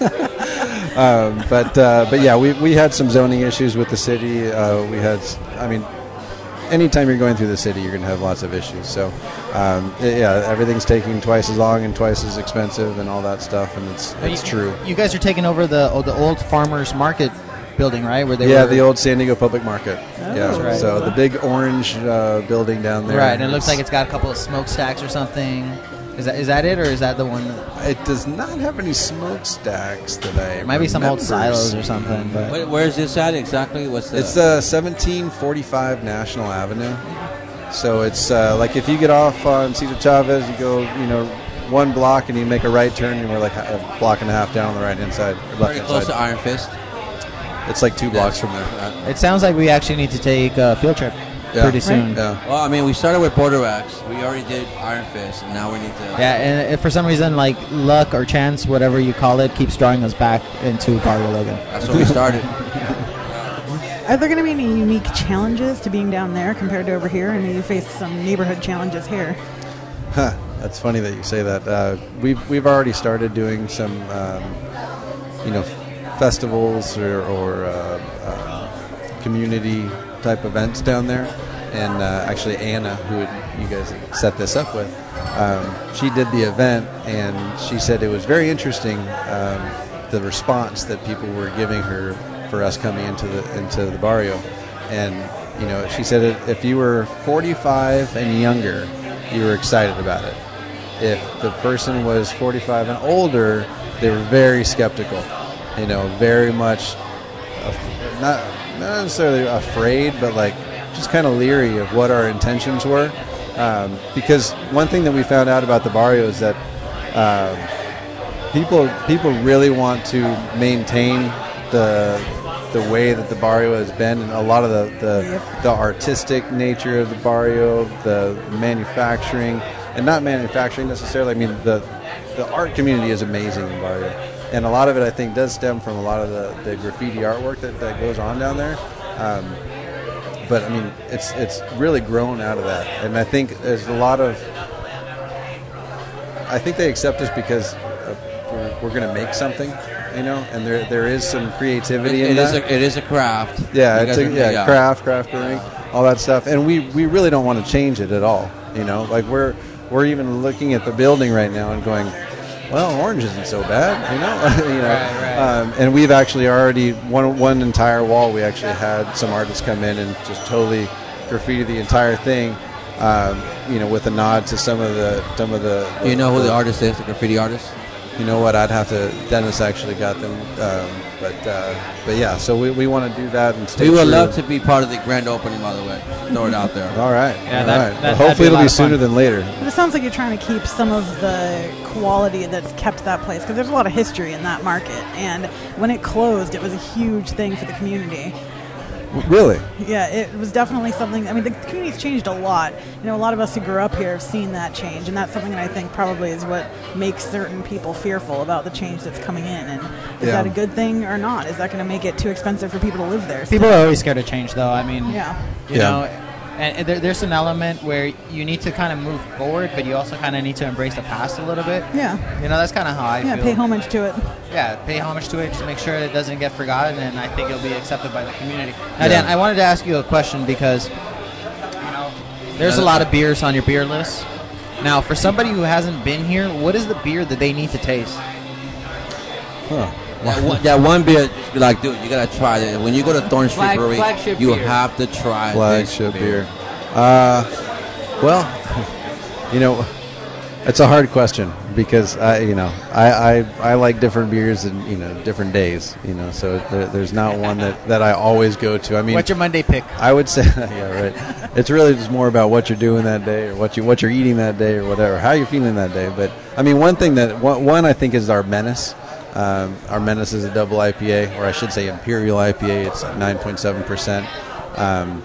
[SPEAKER 8] *laughs* um, but uh, but yeah, we, we had some zoning issues with the city. Uh, we had. s- I mean, anytime you're going through the city, you're going to have lots of issues. So, um, y- yeah, everything's taking twice as long and twice as expensive and all that stuff. And it's it's
[SPEAKER 3] you,
[SPEAKER 8] true.
[SPEAKER 3] You guys are taking over the oh, the old farmers market building, right? Where they
[SPEAKER 8] yeah,
[SPEAKER 3] were, Oh,
[SPEAKER 8] the old San Diego Public Market. yeah,
[SPEAKER 3] right.
[SPEAKER 8] so the big orange uh, building down there.
[SPEAKER 3] right, and it looks like it's got a couple of smokestacks or something. Is that is that it, or is that the one? That,
[SPEAKER 8] It does not have any smokestacks that I.
[SPEAKER 3] it might be some old
[SPEAKER 8] remember.
[SPEAKER 3] silos or something. But
[SPEAKER 1] Where, where's this at exactly? What's the?
[SPEAKER 8] It's uh, 1745 National Avenue. So it's uh, like if you get off on Cesar Chavez, you go, you know, one block and you make a right turn, and we're like a block and a half down on the right hand side. or
[SPEAKER 1] pretty
[SPEAKER 8] left-hand
[SPEAKER 1] close to
[SPEAKER 8] side.
[SPEAKER 1] Iron Fist.
[SPEAKER 8] It's like two blocks from there.
[SPEAKER 1] there.
[SPEAKER 3] it sounds like we actually need to take a field trip
[SPEAKER 8] Yeah.
[SPEAKER 3] pretty soon.
[SPEAKER 8] Yeah.
[SPEAKER 1] Well, I mean, we started with Border Axe. We already did Iron Fist, and now we need to.
[SPEAKER 3] Yeah, and if for some reason, like luck or chance, whatever you call it, keeps drawing us back into Barrio Logan.
[SPEAKER 1] That's where we
[SPEAKER 8] *laughs*
[SPEAKER 1] started.
[SPEAKER 4] Are there going to be any unique challenges to being down there compared to over here? I mean, you face some neighborhood challenges here.
[SPEAKER 8] Huh, *laughs* that's funny that you say that. Uh, we've we've already started doing some, um, you know, festivals or, or uh, uh, community type events down there. And uh, actually, Anna, who had- you guys set this up with, um, she did the event, and she said it was very interesting um, the response that people were giving her for us coming into the into the barrio. And you know, she said if you were 45 and younger, you were excited about it. If the person was 45 and older, they were very skeptical. You know, very much af- not not necessarily afraid, but like just kind of leery of what our intentions were. Um, because one thing that we found out about the barrio is that um, people people really want to maintain the the way that the barrio has been and a lot of the the, the artistic nature of the barrio the manufacturing and not manufacturing necessarily i mean the the art community is amazing in barrio and a lot of it i think does stem from a lot of the, the graffiti artwork that, that goes on down there um, but i mean it's it's really grown out of that and i think there's a lot of I think they accept us because uh, we're, we're going to make something, you know, and there there is some creativity in
[SPEAKER 1] it, is
[SPEAKER 8] that.
[SPEAKER 1] a, it is a craft.
[SPEAKER 8] yeah,
[SPEAKER 1] You
[SPEAKER 8] it's
[SPEAKER 1] guys
[SPEAKER 8] a,
[SPEAKER 1] are- uh,
[SPEAKER 8] yeah, craft, craft brewing, all that stuff, and we we really don't want to change it at all, you know. Like we're we're even looking at the building right now and going. Well, orange isn't so bad, you know. *laughs* you know, Um, and we've actually already one one entire wall. We actually had some artists come in and just totally graffiti the entire thing, um, you know, with a nod to some of the some of the.
[SPEAKER 1] You know who the artist is, the graffiti artist?
[SPEAKER 8] You know what? I'd have to. Dennis actually got them, um, but uh, but yeah. So we, we want to do that and stay.
[SPEAKER 1] We would
[SPEAKER 8] true.
[SPEAKER 1] love to be part of the grand opening, by the way. Throw it out there.
[SPEAKER 8] All right.
[SPEAKER 3] Yeah,
[SPEAKER 8] all
[SPEAKER 3] that-
[SPEAKER 8] right. Well,
[SPEAKER 3] that- that'd be
[SPEAKER 8] hopefully
[SPEAKER 3] a
[SPEAKER 8] it'll
[SPEAKER 3] lot
[SPEAKER 8] be
[SPEAKER 3] of fun.
[SPEAKER 8] sooner than later.
[SPEAKER 4] But it sounds like you're trying to keep some of the quality that's kept that place because there's a lot of history in that market. And when it closed, it was a huge thing for the community.
[SPEAKER 8] Really?
[SPEAKER 4] Yeah, it was definitely something. I mean, the community's changed a lot. You know, a lot of us who grew up here have seen that change, and that's something that I think probably is what makes certain people fearful about the change that's coming in. And is
[SPEAKER 8] Yeah.
[SPEAKER 4] that a good thing or not? Is that going to make it too expensive for people to live there?
[SPEAKER 3] People are always scared of change, though. I mean,
[SPEAKER 4] yeah.
[SPEAKER 3] you
[SPEAKER 8] Yeah.
[SPEAKER 3] know, and, and there, there's an element where you need to kind of move forward, but you also kind of need to embrace the past a little bit.
[SPEAKER 4] Yeah.
[SPEAKER 3] You know, that's kind of how I
[SPEAKER 4] Yeah,
[SPEAKER 3] feel.
[SPEAKER 4] pay homage to it.
[SPEAKER 3] Yeah, pay homage to it. Just make sure it doesn't get forgotten, and I think it'll be accepted by the community. Now,
[SPEAKER 8] Yeah.
[SPEAKER 3] Dan, I wanted to ask you a question because you know there's a lot of beers on your beer list. Now, for somebody who hasn't been here, what is the beer that they need to taste?
[SPEAKER 8] Huh.
[SPEAKER 1] That one, that one beer, just be like, dude, you gotta try it. When you go to Thorn Street
[SPEAKER 7] Flag-
[SPEAKER 1] Brewery,
[SPEAKER 7] flagship
[SPEAKER 1] you
[SPEAKER 7] beer.
[SPEAKER 1] have to try
[SPEAKER 8] Flagship
[SPEAKER 1] this
[SPEAKER 8] beer. Uh, well, *laughs* you know, it's a hard question because I, you know, I, I, I like different beers and you know different days, you know. So there, there's not one that, that I always go to. I mean,
[SPEAKER 3] What's your Monday pick?
[SPEAKER 8] I would say, *laughs* yeah, right. It's really just more about what you're doing that day, or what you what you're eating that day, or whatever, how you're feeling that day. But I mean, one thing that one, one I think is our menace. Um, our menace is a double IPA, or I should say imperial IPA. It's nine point seven percent. Um,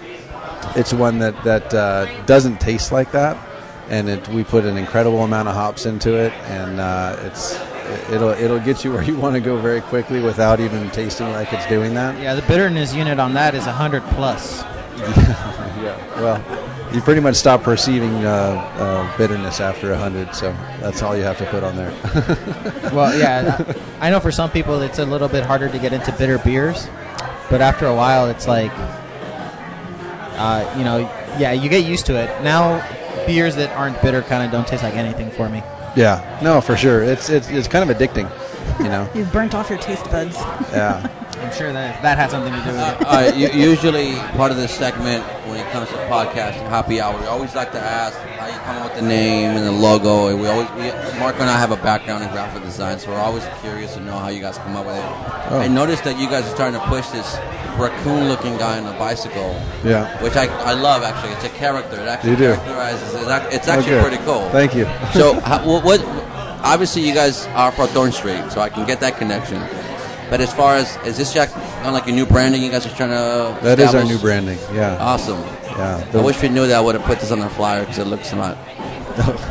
[SPEAKER 8] It's one that that uh, doesn't taste like that, and it, we put an incredible amount of hops into it, and uh, it's it'll it'll get you where you want to go very quickly without even tasting like it's doing that.
[SPEAKER 3] Yeah, the bitterness unit on that is 100 plus.
[SPEAKER 8] Yeah. Well, you pretty much stop perceiving uh, uh, bitterness after 100, so that's all you have to put on there. *laughs*
[SPEAKER 3] Well, yeah, I I know for some people it's a little bit harder to get into bitter beers, but after a while it's like, uh, you know, yeah, you get used to it. Now, beers that aren't bitter kind of don't taste like anything for me.
[SPEAKER 8] yeah. No, for sure. It's it's, it's kind of addicting, you know.
[SPEAKER 4] You've burnt off your taste buds.
[SPEAKER 8] Yeah.
[SPEAKER 3] I'm sure that that had something to do with
[SPEAKER 1] Uh, All right, u- usually part of this segment when it comes to podcasting happy hour, we always like to ask how you come up with the name and the logo, and we always we, Mark and I have a background in graphic design, so we're always curious to know how you guys come up with it.
[SPEAKER 8] Oh.
[SPEAKER 1] I noticed that you guys are starting to push this raccoon-looking guy on a bicycle,
[SPEAKER 8] Yeah.
[SPEAKER 1] which I, I love actually. It's a character. It actually
[SPEAKER 8] You do.
[SPEAKER 1] characterizes. It's, ac- it's
[SPEAKER 8] Oh,
[SPEAKER 1] actually
[SPEAKER 8] good.
[SPEAKER 1] pretty cool.
[SPEAKER 8] Thank you.
[SPEAKER 1] So, how, what, what? Obviously, you guys are from Thorn Street, so I can get that connection. But as far as is this Jack kind of like your new branding? You guys are trying to
[SPEAKER 8] That is our
[SPEAKER 1] establish?
[SPEAKER 8] new branding. Yeah.
[SPEAKER 1] Awesome.
[SPEAKER 8] Yeah.
[SPEAKER 1] I wish we knew that. I would have put this on the flyer because it looks not.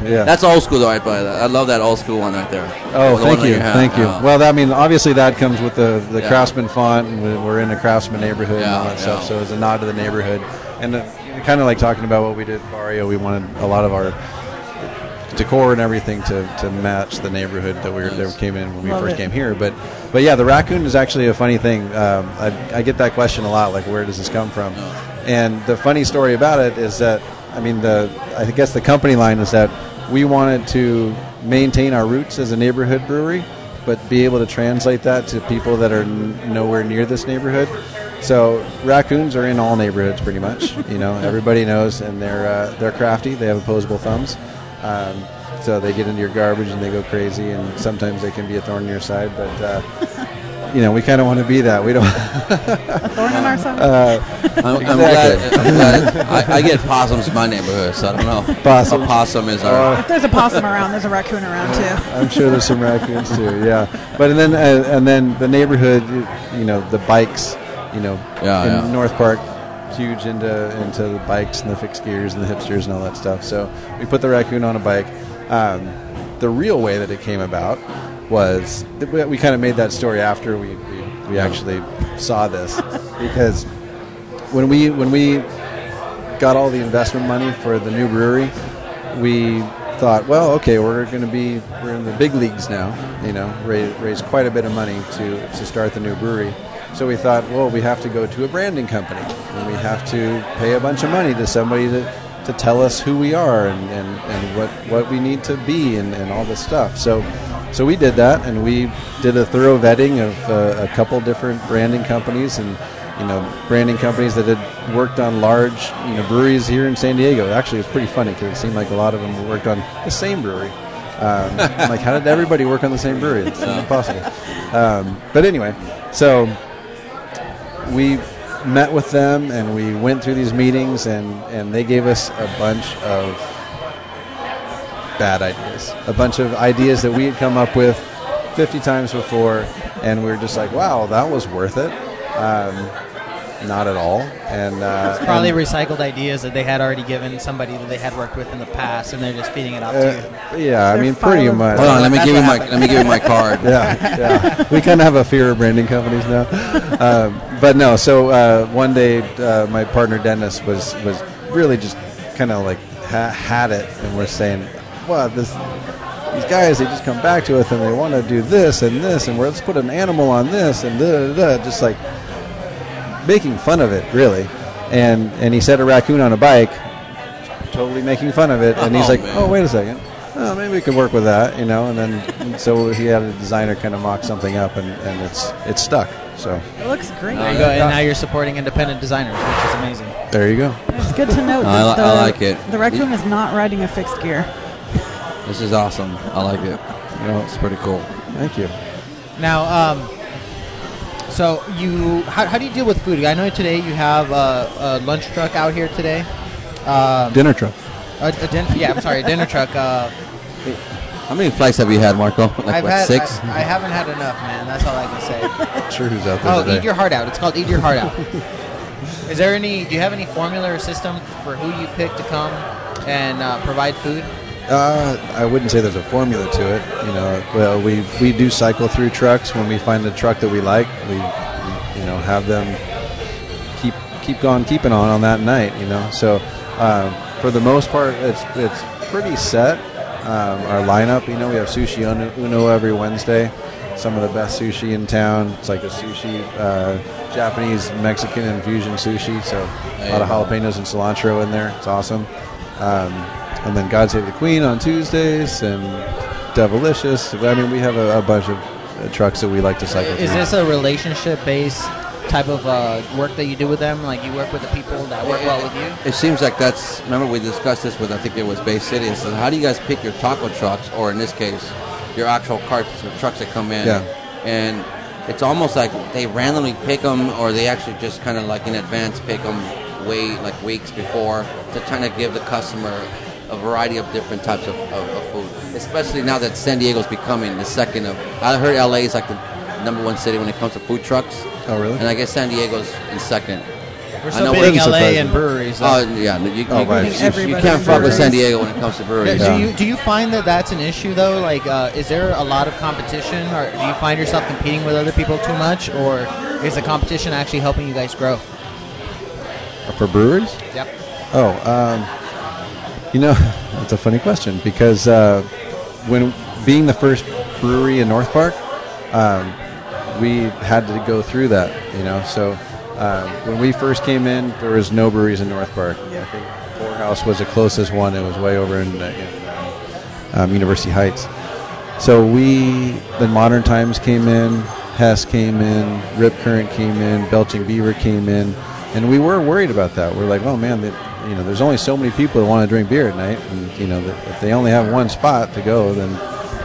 [SPEAKER 8] yeah.
[SPEAKER 1] That's old school, though. Right, but I love that old school one right there.
[SPEAKER 8] Oh,
[SPEAKER 1] The one
[SPEAKER 8] thank
[SPEAKER 1] that
[SPEAKER 8] you,
[SPEAKER 1] have.
[SPEAKER 8] thank you.
[SPEAKER 1] Yeah.
[SPEAKER 8] Well, that- I mean, obviously that comes with the, the
[SPEAKER 1] Yeah.
[SPEAKER 8] Craftsman font, and we- we're in a Craftsman neighborhood and
[SPEAKER 1] Yeah,
[SPEAKER 8] all that stuff.
[SPEAKER 1] yeah.
[SPEAKER 8] So it's a nod to the neighborhood, and uh, kind of like talking about what we did at Barrio, we wanted a lot of our decor and everything to, to match the neighborhood that we, were that we came in when we
[SPEAKER 4] Love
[SPEAKER 8] first
[SPEAKER 4] it.
[SPEAKER 8] came here. But but yeah, the raccoon is actually a funny thing. Um, I, I get that question a lot, like where does this come from? And the funny story about it is that I mean the I guess the company line is that we wanted to maintain our roots as a neighborhood brewery, but be able to translate that to people that are n- nowhere near this neighborhood. So raccoons are in all neighborhoods, pretty much. You know, everybody knows, and they're uh, they're crafty. They have opposable thumbs, um, so they get into your garbage and they go crazy. And sometimes they can be a thorn in your side, but. Uh, You know, we kind of want to be that. We don't.
[SPEAKER 4] Thorn in our
[SPEAKER 1] Uh,
[SPEAKER 4] side.
[SPEAKER 1] I'm, I'm glad. I'm glad I, I get possums in my neighborhood, so I don't know.
[SPEAKER 8] Possums.
[SPEAKER 1] A possum is our.
[SPEAKER 4] if there's a possum around, there's a raccoon around too.
[SPEAKER 8] I'm sure there's some raccoons too. Yeah, but and then uh, and then the neighborhood, you- you know, the bikes, you know,
[SPEAKER 1] Yeah,
[SPEAKER 8] in
[SPEAKER 1] yeah.
[SPEAKER 8] North Park, huge into into the bikes and the fixed gears and the hipsters and all that stuff. So we put the raccoon on a bike. Um, the real way that it came about was that we, we kind of made that story after we we, we actually saw this because when we when we got all the investment money for the new brewery, we thought, well, okay, we're going to be we're in the big leagues now. You know, raise, raise quite a bit of money to to start the new brewery. So we thought, well, we have to go to a branding company and we have to pay a bunch of money to somebody to to tell us who we are and, and, and what, what we need to be and, and all this stuff. So, so we did that and we did a thorough vetting of uh, a couple different branding companies and you know branding companies that had worked on large you know breweries here in San Diego. Actually, it was pretty funny because it seemed like a lot of them worked on the same brewery. Um, I'm like, how did everybody work on the same brewery? It's impossible. Um, but anyway, so we met with them and we went through these meetings and, and they gave us a bunch of bad ideas a bunch of ideas that we had come up with 50 times before and we were just like wow that was worth it um, not at all and uh,
[SPEAKER 3] *laughs* Probably
[SPEAKER 8] and-
[SPEAKER 3] recycled ideas that they had already given somebody that they had worked with in the past, and they're just feeding it off to
[SPEAKER 8] uh, yeah i mean pretty
[SPEAKER 4] following-
[SPEAKER 8] much
[SPEAKER 1] Hold on, let me
[SPEAKER 3] That's
[SPEAKER 1] give
[SPEAKER 3] what
[SPEAKER 1] you my.
[SPEAKER 3] happened.
[SPEAKER 1] Let me give you my card.
[SPEAKER 8] yeah, yeah. We kind of have a fear of branding companies now, um, but no. So uh, one day, uh, my partner Dennis was was really just kind of like ha- had it, and we're saying, "Wow, this these guys they just come back to us and they want to do this and this, and we're, let's put an animal on this and da, da, da, just like making fun of it, really." And and he said a raccoon on a bike, totally making fun of it. And he's
[SPEAKER 1] Oh,
[SPEAKER 8] like,
[SPEAKER 1] man.
[SPEAKER 8] oh, wait a second. Oh, maybe we could work with that, you know. And then so he had a designer kind of mock something up, and, and it's it's stuck. So
[SPEAKER 4] It looks great.
[SPEAKER 3] you. There you go, and now you're supporting independent designers, which is amazing.
[SPEAKER 8] there you go.
[SPEAKER 4] It's good to note.
[SPEAKER 1] I
[SPEAKER 4] that
[SPEAKER 1] li-
[SPEAKER 4] the,
[SPEAKER 1] I like it.
[SPEAKER 4] The raccoon is not riding a fixed gear.
[SPEAKER 1] This is awesome. I like it.
[SPEAKER 8] You know,
[SPEAKER 1] It's pretty cool.
[SPEAKER 8] thank you.
[SPEAKER 3] Now, um, so you, how, how do you deal with food? I know today you have a, a lunch truck out here today. Um,
[SPEAKER 8] Dinner truck.
[SPEAKER 3] a, a din- yeah, I'm sorry, dinner truck. Uh,
[SPEAKER 1] How many flights have you had, Marco? *laughs* Like
[SPEAKER 3] I've
[SPEAKER 1] what,
[SPEAKER 3] had uh,
[SPEAKER 1] six?
[SPEAKER 3] I, I haven't had enough, man. That's all I can
[SPEAKER 1] *laughs*
[SPEAKER 3] say.
[SPEAKER 8] Sure, who's out there
[SPEAKER 3] oh,
[SPEAKER 8] today?
[SPEAKER 3] eat your heart out. It's called eat your heart out. Is there any? Do you have any formula or system for who you pick to come and uh, provide food?
[SPEAKER 8] Uh, I wouldn't say there's a formula to it. You know, well, we we do cycle through trucks when we find the truck that we like. We, you know, have them keep keep on keeping on on that night. You know, so uh, for the most part, it's it's pretty set. Um, our lineup, you know, we have sushi Uno- Uno every Wednesday. Some of the best sushi in town. It's like a sushi, uh, Japanese Mexican infusion sushi. So a lot of jalapenos and cilantro in there. It's awesome. Um, and then God Save the Queen on Tuesdays and Devilicious. I mean, we have a, a bunch of uh, trucks that we like to cycle
[SPEAKER 3] Is
[SPEAKER 8] through.
[SPEAKER 3] this a relationship based type of uh, work that you do with them? Like you work with the people that work well with you?
[SPEAKER 1] It seems like that's. Remember, we discussed this with I think it was Bay City. It says, how do you guys pick your taco trucks, or in this case, your actual carts or trucks that come in?
[SPEAKER 8] Yeah.
[SPEAKER 1] And it's almost like they randomly pick them, or they actually just kind of like in advance pick them, wait like weeks before to kind of give the customer a variety of different types of, of, of food. Especially now that San Diego's becoming the second of. I heard LA is like the number one city when it comes to food trucks.
[SPEAKER 8] Oh, really?
[SPEAKER 1] And I guess San Diego's in second.
[SPEAKER 3] We're
[SPEAKER 1] I know
[SPEAKER 3] still beating
[SPEAKER 8] we're-
[SPEAKER 3] LA and breweries. so-
[SPEAKER 1] Oh yeah, no, you,
[SPEAKER 8] Oh,
[SPEAKER 1] you-
[SPEAKER 8] right.
[SPEAKER 1] you- you,
[SPEAKER 4] Everybody
[SPEAKER 1] can't fuck with
[SPEAKER 4] breweries.
[SPEAKER 1] San Diego when it comes to
[SPEAKER 3] Do-
[SPEAKER 1] breweries.
[SPEAKER 3] Do you do you find that that's an issue though? Like, uh, is there a lot of competition, or do you find yourself competing with other people too much, or is the competition actually helping you guys grow?
[SPEAKER 8] for breweries?
[SPEAKER 3] Yep.
[SPEAKER 8] Oh, um, you know, *laughs* that's a funny question because uh, when being the first brewery in North Park, um, we had to go through that. You know, so um, when we first came in, there was no breweries in North Park. I think Poorhouse was the closest one. It was way over in, uh, in uh, um, University Heights. So we, then Modern Times came in, Hess came in, Rip Current came in, Belching Beaver came in, and we were worried about that. We're like, oh man, that you know, there's only so many people that want to drink beer at night, and you know, that if they only have one spot to go, then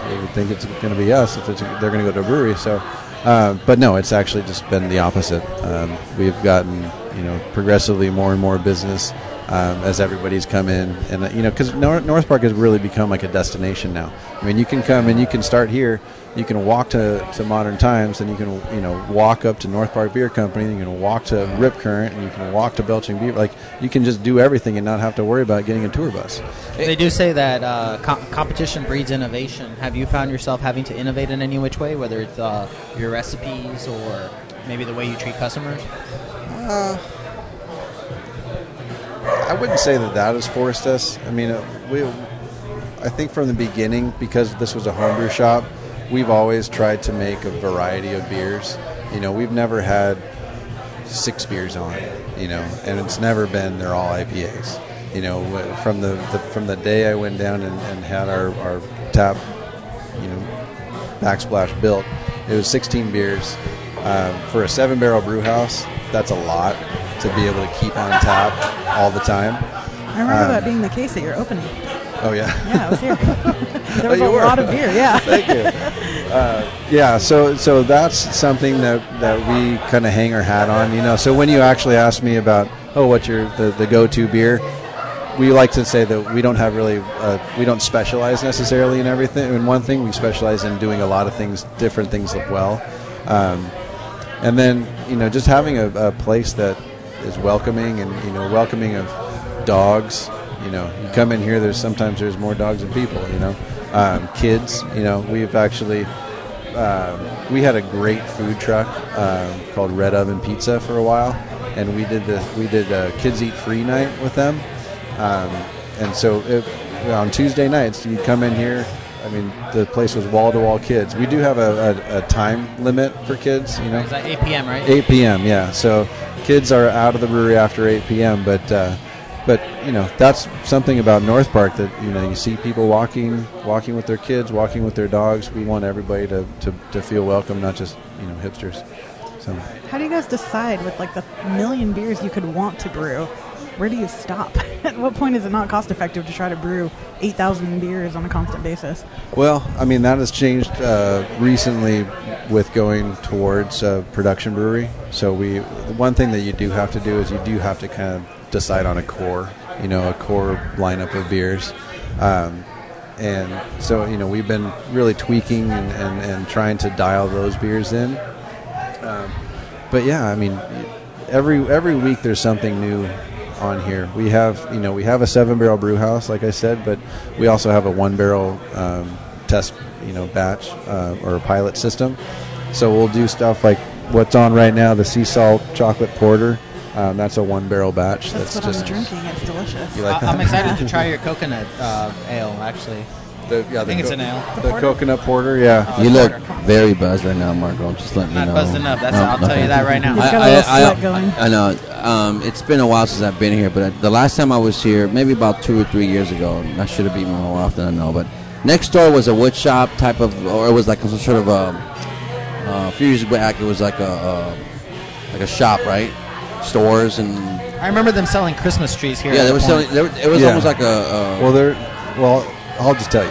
[SPEAKER 8] they would think it's going to be us if it's, they're going to go to a brewery. So, uh, but no, it's actually just been the opposite. Um, we've gotten you know progressively more and more business um, as everybody's come in, and uh, you know because North Park has really become like a destination now. I mean, you can come and you can start here. You can walk to, to Modern Times, and you can you know walk up to North Park Beer Company. And you can walk to Rip Current, and you can walk to Belching Beer. Like you can just do everything and not have to worry about getting a tour bus.
[SPEAKER 3] They do say that uh, co- competition breeds innovation. Have you found yourself having to innovate in any which way, whether it's uh, your recipes or maybe the way you treat customers?
[SPEAKER 8] I wouldn't say that that has forced us. I mean, uh, we, I think from the beginning, because this was a homebrew shop, we've always tried to make a variety of beers. You know, we've never had six beers on it. You know, and it's never been they're all IPAs. You know, wh- from the, the from the day I went down and, and had our, our tap, you know, backsplash built, it was 16 beers um, for a seven barrel brew house. That's a lot to be able to keep on tap all the time.
[SPEAKER 4] I remember
[SPEAKER 1] Uh.
[SPEAKER 4] that being the case at your opening.
[SPEAKER 8] Oh yeah.
[SPEAKER 4] Yeah,
[SPEAKER 1] *laughs*
[SPEAKER 4] I was here. there was
[SPEAKER 8] you
[SPEAKER 4] a
[SPEAKER 8] were.
[SPEAKER 4] lot of beer.
[SPEAKER 8] *laughs*
[SPEAKER 4] Yeah.
[SPEAKER 8] Thank you. Uh, yeah, so so that's something that, that we kind of hang our hat on, you know. So when you actually ask me about, oh, what's your the, the go to beer, we like to say that we don't have really uh, we don't specialize necessarily in everything. In one thing, we specialize in doing a lot of things, different things well. Um, and then you know just having a, a place that is welcoming and you know welcoming of dogs you know you come in here there's sometimes there's more dogs than people you know um, kids you know we've actually um, we had a great food truck um, called red oven pizza for a while and we did the we did a kids eat free night with them um, and so it, on Tuesday nights, you come in here. I mean, the place was wall to wall kids. We do have a, a, a time limit for kids, you know.
[SPEAKER 3] It's like 8 p.m., right?
[SPEAKER 8] 8 p.m. Yeah, so kids are out of the brewery after 8 p.m. But uh, but you know that's something about North Park that you know you see people walking walking with their kids, walking with their dogs. We want everybody to, to, to feel welcome, not just you know hipsters. So
[SPEAKER 4] How do you guys decide with like the million beers you could want to brew? Where do you stop? *laughs* At what point is it not cost effective to try to brew 8,000 beers on a constant basis?
[SPEAKER 8] Well, I mean that has changed uh, recently with going towards a production brewery. So we, one thing that you do have to do is you do have to kind of decide on a core, you know, a core lineup of beers, um, and so you know we've been really tweaking and, and, and trying to dial those beers in. Um, but yeah, I mean, every every week there's something new on here. We have you know we have a seven barrel brew house, like I said, but we also have a one barrel um, test you know batch uh, or a pilot system. So we'll do stuff like what's on right now, the sea salt chocolate porter. Um, that's a one barrel batch. That's,
[SPEAKER 4] That's, what
[SPEAKER 8] just
[SPEAKER 4] I'm drinking. It's delicious.
[SPEAKER 8] You like
[SPEAKER 3] I-
[SPEAKER 8] that?
[SPEAKER 3] I'm excited
[SPEAKER 1] *laughs*
[SPEAKER 3] to try your coconut uh, ale, actually.
[SPEAKER 8] The, yeah,
[SPEAKER 3] think it's an ale.
[SPEAKER 8] The coconut porter, yeah.
[SPEAKER 1] You look very buzzed right now, Marco. Just letting
[SPEAKER 3] Not
[SPEAKER 1] you know.
[SPEAKER 3] buzzed enough. That's
[SPEAKER 1] No,
[SPEAKER 3] I'll tell you
[SPEAKER 1] okay.
[SPEAKER 3] that right now.
[SPEAKER 4] He's got a little sweat going.
[SPEAKER 1] I know. Um, it's been a while since I've been here, but uh, the last time I was here, maybe about two or three years ago, and I should have been more often. I know, but next door was a wood shop type of, or it was like some sort of a. Uh, a few years back, it was like a, a like a shop, right? Stores and
[SPEAKER 3] I remember them selling Christmas trees here.
[SPEAKER 1] yeah,
[SPEAKER 3] at
[SPEAKER 1] they
[SPEAKER 3] the
[SPEAKER 1] were
[SPEAKER 3] point.
[SPEAKER 1] selling. They were, it was
[SPEAKER 8] Yeah.
[SPEAKER 1] almost like a. Uh,
[SPEAKER 8] well, they're well. I'll just *laughs* tell you.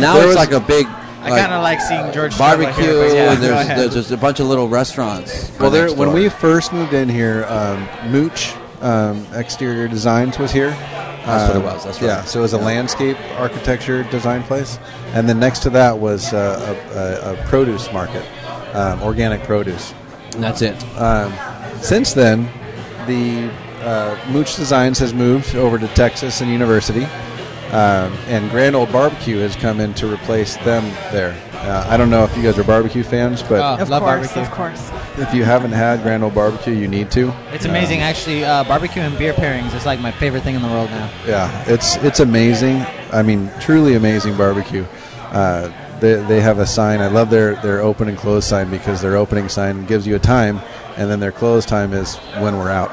[SPEAKER 1] now
[SPEAKER 8] there
[SPEAKER 1] it's
[SPEAKER 8] was-
[SPEAKER 1] like a big.
[SPEAKER 3] I kind of like seeing George struggle
[SPEAKER 1] barbecue.
[SPEAKER 3] Here, but yeah,
[SPEAKER 1] and
[SPEAKER 3] go
[SPEAKER 1] there's,
[SPEAKER 3] ahead.
[SPEAKER 1] there's just a bunch of little restaurants.
[SPEAKER 8] Well, there,
[SPEAKER 1] next
[SPEAKER 8] when
[SPEAKER 1] door.
[SPEAKER 8] we first moved in here, um, Mooch um, Exterior Designs was here. Um,
[SPEAKER 1] That's what it was, that's right.
[SPEAKER 8] Yeah, so it was a landscape architecture design place, and then next to that was uh, a, a, a produce market, um, organic produce.
[SPEAKER 1] that's it.
[SPEAKER 8] Um, since then, the uh, Mooch Designs has moved over to Texas and University, um, and Grand Old Barbecue has come in to replace them there. Uh, I don't know if you guys are barbecue fans, but
[SPEAKER 3] *laughs* Oh.
[SPEAKER 4] Of
[SPEAKER 3] Love
[SPEAKER 4] course,
[SPEAKER 3] barbecue.
[SPEAKER 4] of course.
[SPEAKER 8] if you haven't had Grand Old Barbecue, you need to.
[SPEAKER 3] It's amazing, actually. Uh, barbecue and beer pairings is like my favorite thing in the world now.
[SPEAKER 8] Yeah, it's it's amazing. I mean, truly amazing barbecue. Uh, they, they have a sign. I love their, their open and close sign because their opening sign gives you a time, and then their close time is *laughs* when we're out.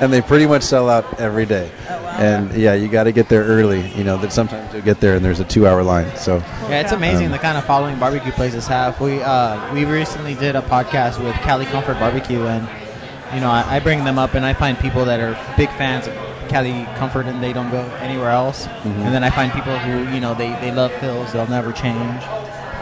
[SPEAKER 8] and they pretty much sell out every day. And yeah, you got to get there early. You know that sometimes you'll get there and there's a two-hour line. So
[SPEAKER 3] Yeah, it's amazing the kind of following barbecue places have. We uh, we recently did a podcast with Cali Comfort Barbecue, and you know I, I bring them up, and I find people that are big fans of Cali Comfort, and they don't go anywhere else. And then I find people who you know they, they love Phils, they'll never change.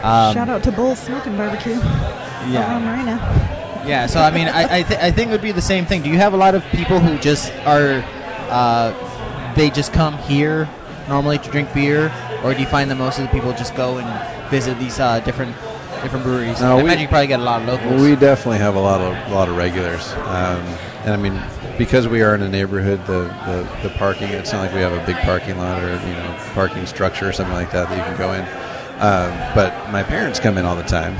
[SPEAKER 3] Um,
[SPEAKER 4] Shout out to Bull Smoking Barbecue.
[SPEAKER 3] Yeah.
[SPEAKER 4] Over in Marina.
[SPEAKER 3] Yeah, so I mean, I I, th- I think it would be the same thing. Do you have a lot of people who just are, uh, they just come here normally to drink beer, or do you find that most of the people just go and visit these uh, different different breweries?
[SPEAKER 8] No,
[SPEAKER 3] I
[SPEAKER 8] we-
[SPEAKER 3] imagine you probably get a lot of locals.
[SPEAKER 8] we definitely have a lot of a lot of regulars. Um, and I mean, because we are in a neighborhood, the, the, the parking. It's not like we have a big parking lot or you know parking structure or something like that that you can go in. Um, but my parents come in all the time,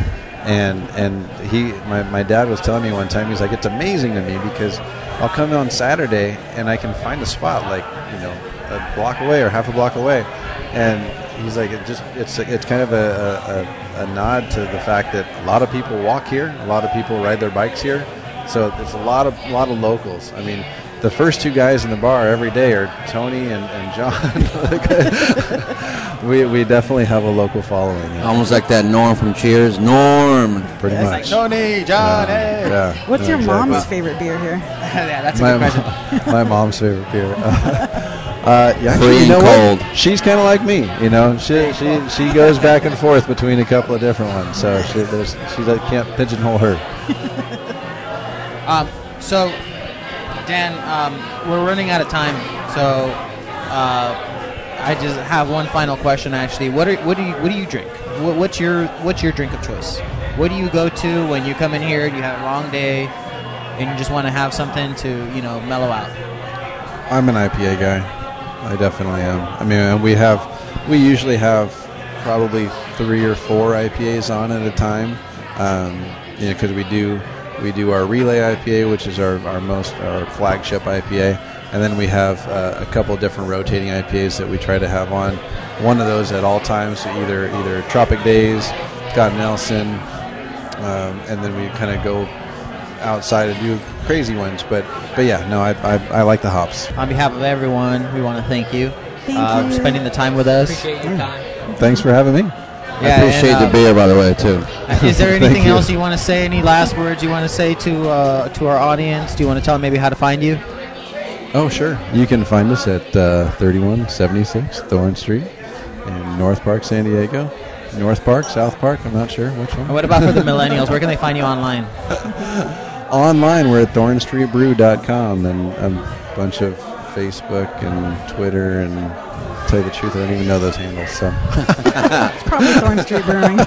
[SPEAKER 8] and and he my, my dad was telling me one time he's like it's amazing to me because I'll come on Saturday and I can find a spot like you know a block away or half a block away, and he's like, it just it's it's kind of a, a, a, a nod to the fact that a lot of people walk here, a lot of people ride their bikes here, so there's a lot of lot of locals. I mean, the first two guys in the bar every day are Tony and, and John. *laughs* we we definitely have a local following, yeah,
[SPEAKER 1] Almost like that Norm from Cheers. Norm.
[SPEAKER 8] pretty
[SPEAKER 3] It's like
[SPEAKER 8] much.
[SPEAKER 3] Tony, John, hey.
[SPEAKER 8] yeah,
[SPEAKER 4] What's
[SPEAKER 8] yeah,
[SPEAKER 4] your
[SPEAKER 8] exactly.
[SPEAKER 4] mom's favorite beer here?
[SPEAKER 3] *laughs* yeah, that's
[SPEAKER 8] *laughs*
[SPEAKER 3] a
[SPEAKER 8] my,
[SPEAKER 3] good
[SPEAKER 8] mo-
[SPEAKER 3] question.
[SPEAKER 8] my mom's favorite
[SPEAKER 3] *laughs*
[SPEAKER 8] beer. Uh, yeah, actually,
[SPEAKER 1] Free
[SPEAKER 8] you
[SPEAKER 1] and
[SPEAKER 8] know
[SPEAKER 1] cold.
[SPEAKER 8] What? She's kind of like me, you know. She she she goes back and forth between a couple of different ones, so she there's, she does- can't pigeonhole her.
[SPEAKER 3] Um, so, Dan, um, we're running out of time. So, uh, I just have one final question. Actually, what are, what do you what do you drink? What, what's your what's your drink of choice? What do you go to when you come in here? You have a long day, and you just want to have something to you know mellow out.
[SPEAKER 8] I'm an IPA guy. I definitely am. I mean, and we have we usually have probably three or four IPAs on at a time. Um, you know, because we do we do our Relay IPA, which is our, our most our flagship IPA, and then we have uh, a couple different rotating IPAs that we try to have on. One of those at all times, so either either Tropic Days, Scott Nelson, um, and then we kind of go outside and do crazy ones. But but yeah, no, I, I, I like the hops.
[SPEAKER 3] On behalf of everyone, we want to thank you.
[SPEAKER 4] Thank
[SPEAKER 3] uh, for
[SPEAKER 4] you.
[SPEAKER 3] spending the time with us.
[SPEAKER 7] Appreciate your time.
[SPEAKER 8] Thanks for having me.
[SPEAKER 1] I appreciate
[SPEAKER 3] and,
[SPEAKER 1] the beer, by the way, too.
[SPEAKER 3] uh, *laughs*
[SPEAKER 1] *laughs*
[SPEAKER 3] Is there
[SPEAKER 8] Thank
[SPEAKER 3] anything
[SPEAKER 8] you.
[SPEAKER 3] else you want to say? Any last words you want to say to uh, to our audience? Do you want to tell them maybe how to find you?
[SPEAKER 8] Oh, sure. You can find us at uh, 3176 Thorn Street in North Park, San Diego. North Park, South Park, I'm not sure which
[SPEAKER 3] And
[SPEAKER 8] one.
[SPEAKER 3] what about for the millennials? Where can they find you online?
[SPEAKER 8] Online, we're at thornstreetbrew.com and a bunch of Facebook and Twitter and tell you the truth, I don't even know those handles.
[SPEAKER 3] *laughs*
[SPEAKER 8] So
[SPEAKER 4] It's probably Thorn Street Brewing.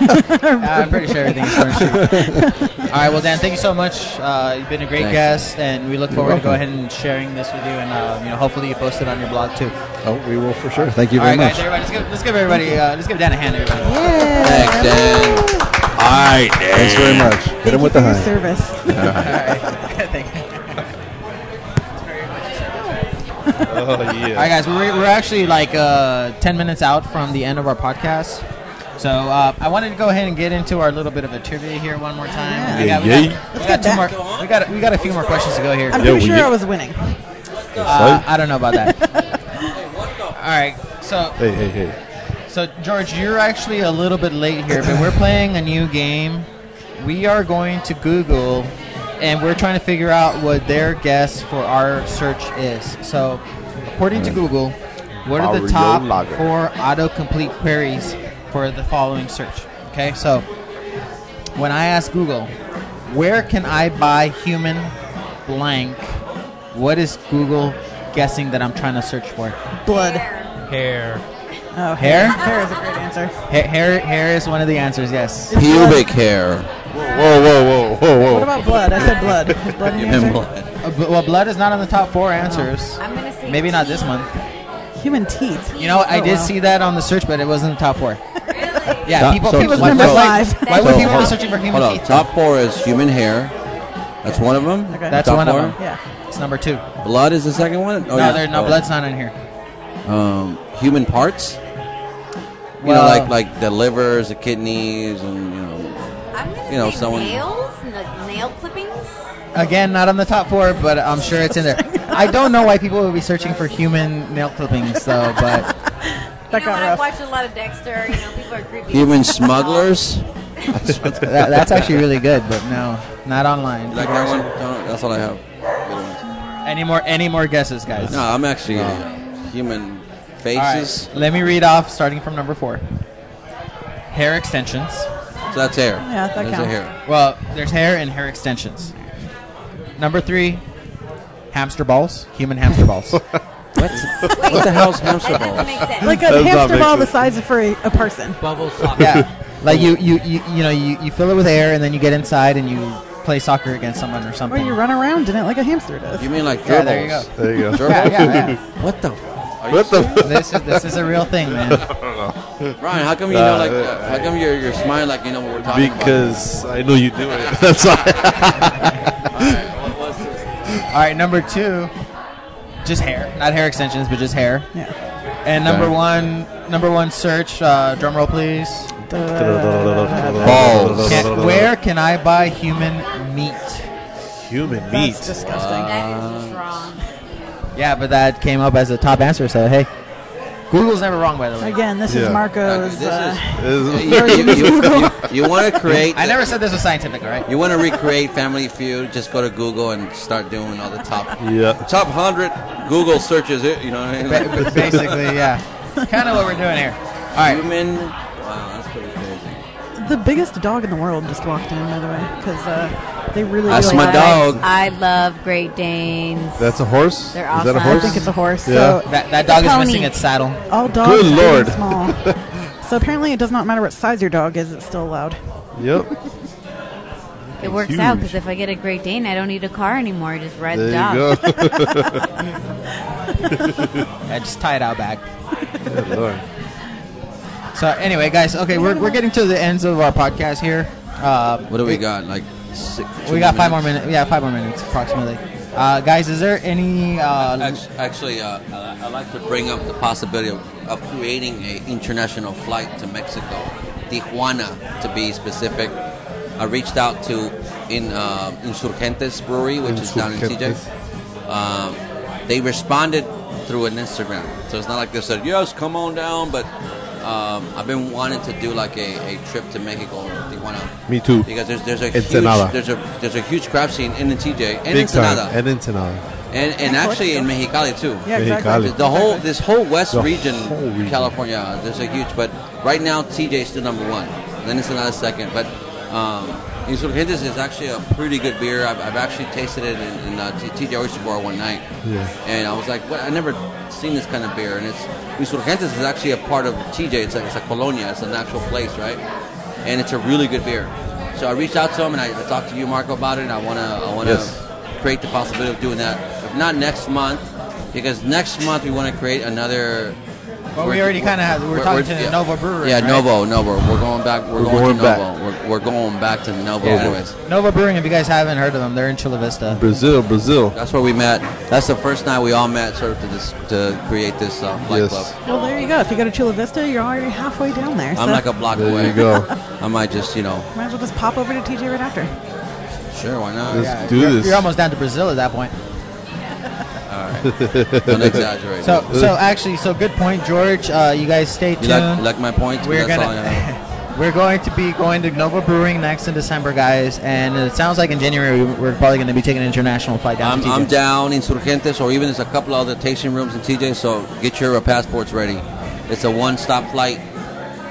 [SPEAKER 3] I'm pretty sure everything's *laughs* Thorn Street. All right, well, Dan, thank you so much. Uh, you've been a great
[SPEAKER 1] Thanks.
[SPEAKER 3] guest, and we look forward to go
[SPEAKER 8] welcome.
[SPEAKER 3] ahead and sharing this with you, and uh, you know, hopefully, you post it on your blog too.
[SPEAKER 8] oh, we will for sure. Thank you
[SPEAKER 3] All
[SPEAKER 8] very
[SPEAKER 3] right, guys,
[SPEAKER 8] much.
[SPEAKER 3] everybody, let's give, let's give everybody, uh, let's give Dan a hand, everybody.
[SPEAKER 1] Thanks, Dan. All right, Dan.
[SPEAKER 8] Thanks very much. Hit him
[SPEAKER 4] Thank you
[SPEAKER 8] with
[SPEAKER 4] for
[SPEAKER 8] the
[SPEAKER 4] your
[SPEAKER 8] high.
[SPEAKER 4] service.
[SPEAKER 3] Thank you.
[SPEAKER 2] Oh
[SPEAKER 3] All right,
[SPEAKER 2] yeah.
[SPEAKER 3] guys, we're, we're actually like uh, 10 minutes out from the end of our podcast. So uh, I wanted to go ahead and get into our little bit of a trivia here one more time.
[SPEAKER 2] Yeah.
[SPEAKER 3] we
[SPEAKER 2] Yeah,
[SPEAKER 3] got, we
[SPEAKER 2] yeah.
[SPEAKER 3] got, we got two more. We got we got a few more questions to go here.
[SPEAKER 4] I'm
[SPEAKER 2] Yeah,
[SPEAKER 4] pretty
[SPEAKER 2] we
[SPEAKER 4] sure
[SPEAKER 2] get-
[SPEAKER 4] I was winning.
[SPEAKER 3] Uh, I don't know about
[SPEAKER 2] *laughs*
[SPEAKER 3] that. All right, so
[SPEAKER 2] hey, hey, hey.
[SPEAKER 3] so George, you're actually a little bit late here, but we're playing a new game. We are going to Google, and we're trying to figure out what their guess for our search is. So, according to Google, what are the
[SPEAKER 2] Mario
[SPEAKER 3] top
[SPEAKER 2] Lager.
[SPEAKER 3] four autocomplete queries for the following search? Okay, so when I ask Google, where can I buy human blank? What is Google guessing that I'm trying to search for?
[SPEAKER 4] Blood.
[SPEAKER 7] Hair.
[SPEAKER 4] Oh,
[SPEAKER 3] Hair?
[SPEAKER 4] Hair is a great answer.
[SPEAKER 3] Hair, hair, hair is one of the answers. Yes.
[SPEAKER 1] Pubic hair.
[SPEAKER 2] Whoa, whoa, whoa,
[SPEAKER 4] What
[SPEAKER 2] whoa, whoa.
[SPEAKER 4] about blood? I said blood. Is blood an
[SPEAKER 1] And
[SPEAKER 4] answer?
[SPEAKER 1] blood.
[SPEAKER 3] Uh, bl- well, blood is not on the top four answers.
[SPEAKER 6] I'm gonna say
[SPEAKER 3] Maybe not this
[SPEAKER 6] tea.
[SPEAKER 3] one.
[SPEAKER 4] Human teeth.
[SPEAKER 3] You know, I
[SPEAKER 4] Oh,
[SPEAKER 3] did
[SPEAKER 4] wow.
[SPEAKER 3] see that on the search, but it wasn't the top four.
[SPEAKER 6] Really?
[SPEAKER 3] Yeah,
[SPEAKER 8] Top-
[SPEAKER 3] people.
[SPEAKER 8] so-
[SPEAKER 4] It was
[SPEAKER 3] why,
[SPEAKER 4] number
[SPEAKER 3] why- why-
[SPEAKER 4] five.
[SPEAKER 3] Why would
[SPEAKER 1] So,
[SPEAKER 3] people
[SPEAKER 1] hold-
[SPEAKER 3] be searching for human
[SPEAKER 1] Hold on.
[SPEAKER 3] teeth?
[SPEAKER 1] Top four is human hair. That's one of them.
[SPEAKER 4] Okay.
[SPEAKER 3] That's
[SPEAKER 1] Top
[SPEAKER 3] one
[SPEAKER 1] four.
[SPEAKER 3] of them.
[SPEAKER 4] Yeah.
[SPEAKER 3] It's number two.
[SPEAKER 1] Blood is the second one. Oh,
[SPEAKER 3] no,
[SPEAKER 1] yeah.
[SPEAKER 3] there, no
[SPEAKER 1] Oh.
[SPEAKER 3] blood's not in here.
[SPEAKER 1] Um, human parts. You know,
[SPEAKER 3] Well-
[SPEAKER 1] like like the livers, the kidneys, and you know.
[SPEAKER 6] I'm gonna
[SPEAKER 1] You know,
[SPEAKER 6] say
[SPEAKER 1] someone-
[SPEAKER 6] nails, like nail clippings.
[SPEAKER 3] Again, not on the top four, but I'm sure it's in there. I don't know why people would be searching for human nail clippings, though. But
[SPEAKER 6] You
[SPEAKER 4] That
[SPEAKER 6] know,
[SPEAKER 4] got
[SPEAKER 6] when I
[SPEAKER 4] rough.
[SPEAKER 6] watch a lot of Dexter, you know, people are creepy.
[SPEAKER 3] *laughs*
[SPEAKER 1] Human smugglers.
[SPEAKER 3] that, that's actually really good. But no, not online.
[SPEAKER 1] You like that one? No, that's all I have.
[SPEAKER 3] Any more? Any more guesses, guys?
[SPEAKER 1] No, I'm actually uh, human
[SPEAKER 3] All right,
[SPEAKER 1] faces.
[SPEAKER 3] Let me read off, starting from number four. Hair extensions.
[SPEAKER 1] So that's hair.
[SPEAKER 4] Yeah, that
[SPEAKER 1] that's a
[SPEAKER 4] counts.
[SPEAKER 1] hair.
[SPEAKER 3] Well, there's hair and hair extensions. Number three, hamster balls. Human hamster balls.
[SPEAKER 1] What, what the hell's hamster
[SPEAKER 6] *laughs* That doesn't
[SPEAKER 1] balls?
[SPEAKER 6] make sense.
[SPEAKER 4] Like
[SPEAKER 2] That
[SPEAKER 4] a
[SPEAKER 2] does not
[SPEAKER 4] hamster
[SPEAKER 2] make
[SPEAKER 4] ball the
[SPEAKER 2] sense.
[SPEAKER 4] size of for a, a person.
[SPEAKER 7] Bubble soccer.
[SPEAKER 3] yeah. Like you, you, you, you know, you, you fill it with air and then you get inside and you play soccer against someone or
[SPEAKER 4] Or
[SPEAKER 3] something.
[SPEAKER 4] you run around in it like a hamster does.
[SPEAKER 1] You mean like gerbils?
[SPEAKER 3] Yeah, there you go.
[SPEAKER 2] There you go.
[SPEAKER 1] Gerbils?
[SPEAKER 3] Yeah, yeah, yeah.
[SPEAKER 1] What the? Are you
[SPEAKER 2] What the? F-
[SPEAKER 3] this is this is a real thing, man.
[SPEAKER 1] Ryan, how come you know
[SPEAKER 2] Nah,
[SPEAKER 1] like?
[SPEAKER 2] uh,
[SPEAKER 1] Uh, how come you're you're smiling like you know what we're talking
[SPEAKER 2] because I know you do it. *laughs*
[SPEAKER 8] *laughs*
[SPEAKER 2] That's why.
[SPEAKER 1] about? Because
[SPEAKER 3] All right, number two, just hair, not hair extensions, but just hair.
[SPEAKER 4] Yeah.
[SPEAKER 3] And number one, number one search, uh, drum roll please.
[SPEAKER 1] Balls.
[SPEAKER 3] Can, where can I buy human meat?
[SPEAKER 2] Human meat.
[SPEAKER 4] That's disgusting.
[SPEAKER 6] That is just wrong.
[SPEAKER 3] Yeah, but that came up as the top answer, so hey, Google's never wrong, by the way.
[SPEAKER 4] Again, this
[SPEAKER 2] Yeah.
[SPEAKER 4] is Marco's.
[SPEAKER 1] this
[SPEAKER 4] Uh,
[SPEAKER 1] is.
[SPEAKER 2] Is-
[SPEAKER 1] You, want to create.
[SPEAKER 3] I never said this was scientific, all right?
[SPEAKER 2] *laughs*
[SPEAKER 1] You want to recreate Family Feud? Just go to Google and start doing all the top
[SPEAKER 2] yeah.
[SPEAKER 1] top hundred Google searches. eh, You know what I mean?
[SPEAKER 3] Ba- ba- Basically, yeah. kind of what we're doing here. All right.
[SPEAKER 1] Human. Wow, that's pretty crazy.
[SPEAKER 4] the biggest dog in the world just walked in, by the way, because uh, they really.
[SPEAKER 1] That's
[SPEAKER 4] really
[SPEAKER 1] my
[SPEAKER 4] like-
[SPEAKER 1] dog.
[SPEAKER 6] I love Great Danes.
[SPEAKER 2] That's a horse.
[SPEAKER 6] They're
[SPEAKER 2] Is that a
[SPEAKER 6] awesome.
[SPEAKER 2] horse?
[SPEAKER 4] I think it's a horse.
[SPEAKER 2] Yeah.
[SPEAKER 4] So
[SPEAKER 3] That, that dog is
[SPEAKER 6] Pony.
[SPEAKER 3] missing its saddle.
[SPEAKER 4] all dogs
[SPEAKER 2] Good
[SPEAKER 4] are
[SPEAKER 2] lord.
[SPEAKER 4] really small.
[SPEAKER 2] *laughs*
[SPEAKER 4] so apparently, it does not matter what size your dog is; it's still allowed.
[SPEAKER 2] Yep.
[SPEAKER 6] It works out
[SPEAKER 2] huge.
[SPEAKER 6] because if I get a Great Dane, I don't need a car anymore. I just ride
[SPEAKER 2] There
[SPEAKER 6] the dog.
[SPEAKER 2] you go.
[SPEAKER 3] I just tie it out back.
[SPEAKER 2] Good lord.
[SPEAKER 3] So anyway, guys, okay, we're, we're getting to the ends of our podcast here. Uh,
[SPEAKER 1] What do we got? Like six.
[SPEAKER 3] we got five more minutes. Yeah, five more minutes approximately. Uh, guys, is there any? Uh,
[SPEAKER 1] Act- Actually, uh, I- I'd like to bring up the possibility of, of creating an international flight to Mexico, Tijuana to be specific. I reached out to in uh, Insurgentes Brewery, which is down in TJ. Um, they responded through an Instagram, so it's not like they said yes, come on down. But um, I've been wanting to do like a, a trip to Mexico or Tijuana
[SPEAKER 2] Me too.
[SPEAKER 1] because there's there's a
[SPEAKER 2] Ensenada.
[SPEAKER 1] huge there's a there's a huge craft scene in the TJ and
[SPEAKER 2] Big
[SPEAKER 1] Ensenada
[SPEAKER 2] time. And Ensenada.
[SPEAKER 1] and, and actually in Mexicali too.
[SPEAKER 4] Yeah, exactly.
[SPEAKER 2] Mexicali.
[SPEAKER 1] The
[SPEAKER 2] *laughs*
[SPEAKER 1] whole this whole West
[SPEAKER 2] The
[SPEAKER 1] region,
[SPEAKER 2] whole region.
[SPEAKER 1] California, uh, there's a huge. But right now, TJ is still number one. And then it's another second. But um, Insurgentes is actually a pretty good beer. I've, I've actually tasted it in, in uh, T- TJ Oyster Bar one night,
[SPEAKER 2] Yeah.
[SPEAKER 1] and I was like, "What? I never seen this kind of beer." And it's Insurgentes is actually a part of TJ. It's a, it's a colonia. It's an actual place, right? And it's a really good beer. So I reached out to him and I, I talked to you, Marco, about it. And I wanna I wanna
[SPEAKER 2] Yes.
[SPEAKER 1] create the possibility of doing that. If not next month, because next month we want to create another.
[SPEAKER 3] Well, we already kinda have- we're talking to Novo Brewery,
[SPEAKER 1] Yeah,
[SPEAKER 3] right?
[SPEAKER 1] Novo, Novo. We're going back. We're,
[SPEAKER 2] We're
[SPEAKER 1] going, to
[SPEAKER 2] going back.
[SPEAKER 1] Novo. We're, we're going back to Novo.
[SPEAKER 2] Yeah.
[SPEAKER 1] Anyways,
[SPEAKER 3] Nova Brewing, if you guys haven't heard of them, they're in Chula Vista.
[SPEAKER 2] Brazil, Brazil.
[SPEAKER 1] that's where we met. That's the first night we all met, sort of to this to create this uh, flight
[SPEAKER 2] Yes.
[SPEAKER 1] club.
[SPEAKER 4] Well, there you go. If you go to Chula Vista, you're already halfway down there. So
[SPEAKER 1] I'm like a block
[SPEAKER 2] There
[SPEAKER 1] away.
[SPEAKER 2] you go.
[SPEAKER 1] *laughs* I might just you know,
[SPEAKER 4] might as well just pop over to TJ right after.
[SPEAKER 1] sure, why not?
[SPEAKER 2] Let's do
[SPEAKER 3] you're,
[SPEAKER 2] this.
[SPEAKER 3] You're almost down to Brazil at that point.
[SPEAKER 1] Don't exaggerate.
[SPEAKER 3] So, so actually, so good point, George. Uh, you guys stay tuned.
[SPEAKER 1] you like, you like my points?
[SPEAKER 3] we're
[SPEAKER 1] That's all I
[SPEAKER 3] *laughs*
[SPEAKER 1] have.
[SPEAKER 3] gonna we're going to be going to Nova Brewing next in December, guys. And it sounds like in January we- we're probably going to be taking an international flight down.
[SPEAKER 1] I'm,
[SPEAKER 3] to TJ.
[SPEAKER 1] I'm down Insurgentes, or even there's a couple other tasting rooms in TJ. So get your uh, passports ready. It's a one-stop flight.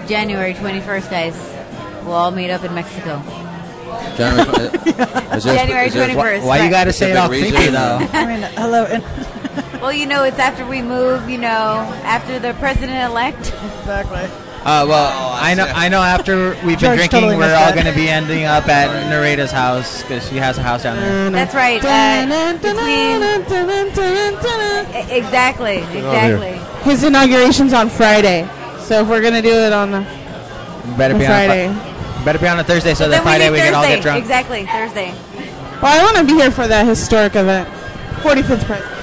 [SPEAKER 6] January 21st, guys. We'll all meet up in Mexico.
[SPEAKER 3] *laughs*
[SPEAKER 1] January, tw- uh, is there a spe-
[SPEAKER 6] January
[SPEAKER 1] is there a-
[SPEAKER 6] 21st.
[SPEAKER 3] Why, why you got to say it all
[SPEAKER 1] Specific
[SPEAKER 3] creepy
[SPEAKER 1] reason.
[SPEAKER 3] though?
[SPEAKER 4] I mean, hello. And
[SPEAKER 6] Well, you know, it's after we move, you know, after the president-elect.
[SPEAKER 4] exactly.
[SPEAKER 3] Uh, well, I know. I know. After we've been
[SPEAKER 4] George
[SPEAKER 3] drinking,
[SPEAKER 4] totally
[SPEAKER 3] we're
[SPEAKER 4] missed
[SPEAKER 3] all
[SPEAKER 4] that.
[SPEAKER 3] going to be ending up at Narita's house because she has a house down there.
[SPEAKER 6] That's right. Uh, between- e- exactly, exactly.
[SPEAKER 5] His inauguration's on Friday, so if we're gonna do it on,
[SPEAKER 3] Better
[SPEAKER 5] On
[SPEAKER 3] be
[SPEAKER 5] Friday.
[SPEAKER 3] on a Fri- better be on a Thursday so that
[SPEAKER 6] But then
[SPEAKER 3] Friday
[SPEAKER 6] we,
[SPEAKER 3] we
[SPEAKER 6] meet
[SPEAKER 3] can all get
[SPEAKER 6] Thursday.
[SPEAKER 3] drunk.
[SPEAKER 6] Exactly, Thursday.
[SPEAKER 5] well, I want to be here for that historic event, 45th president.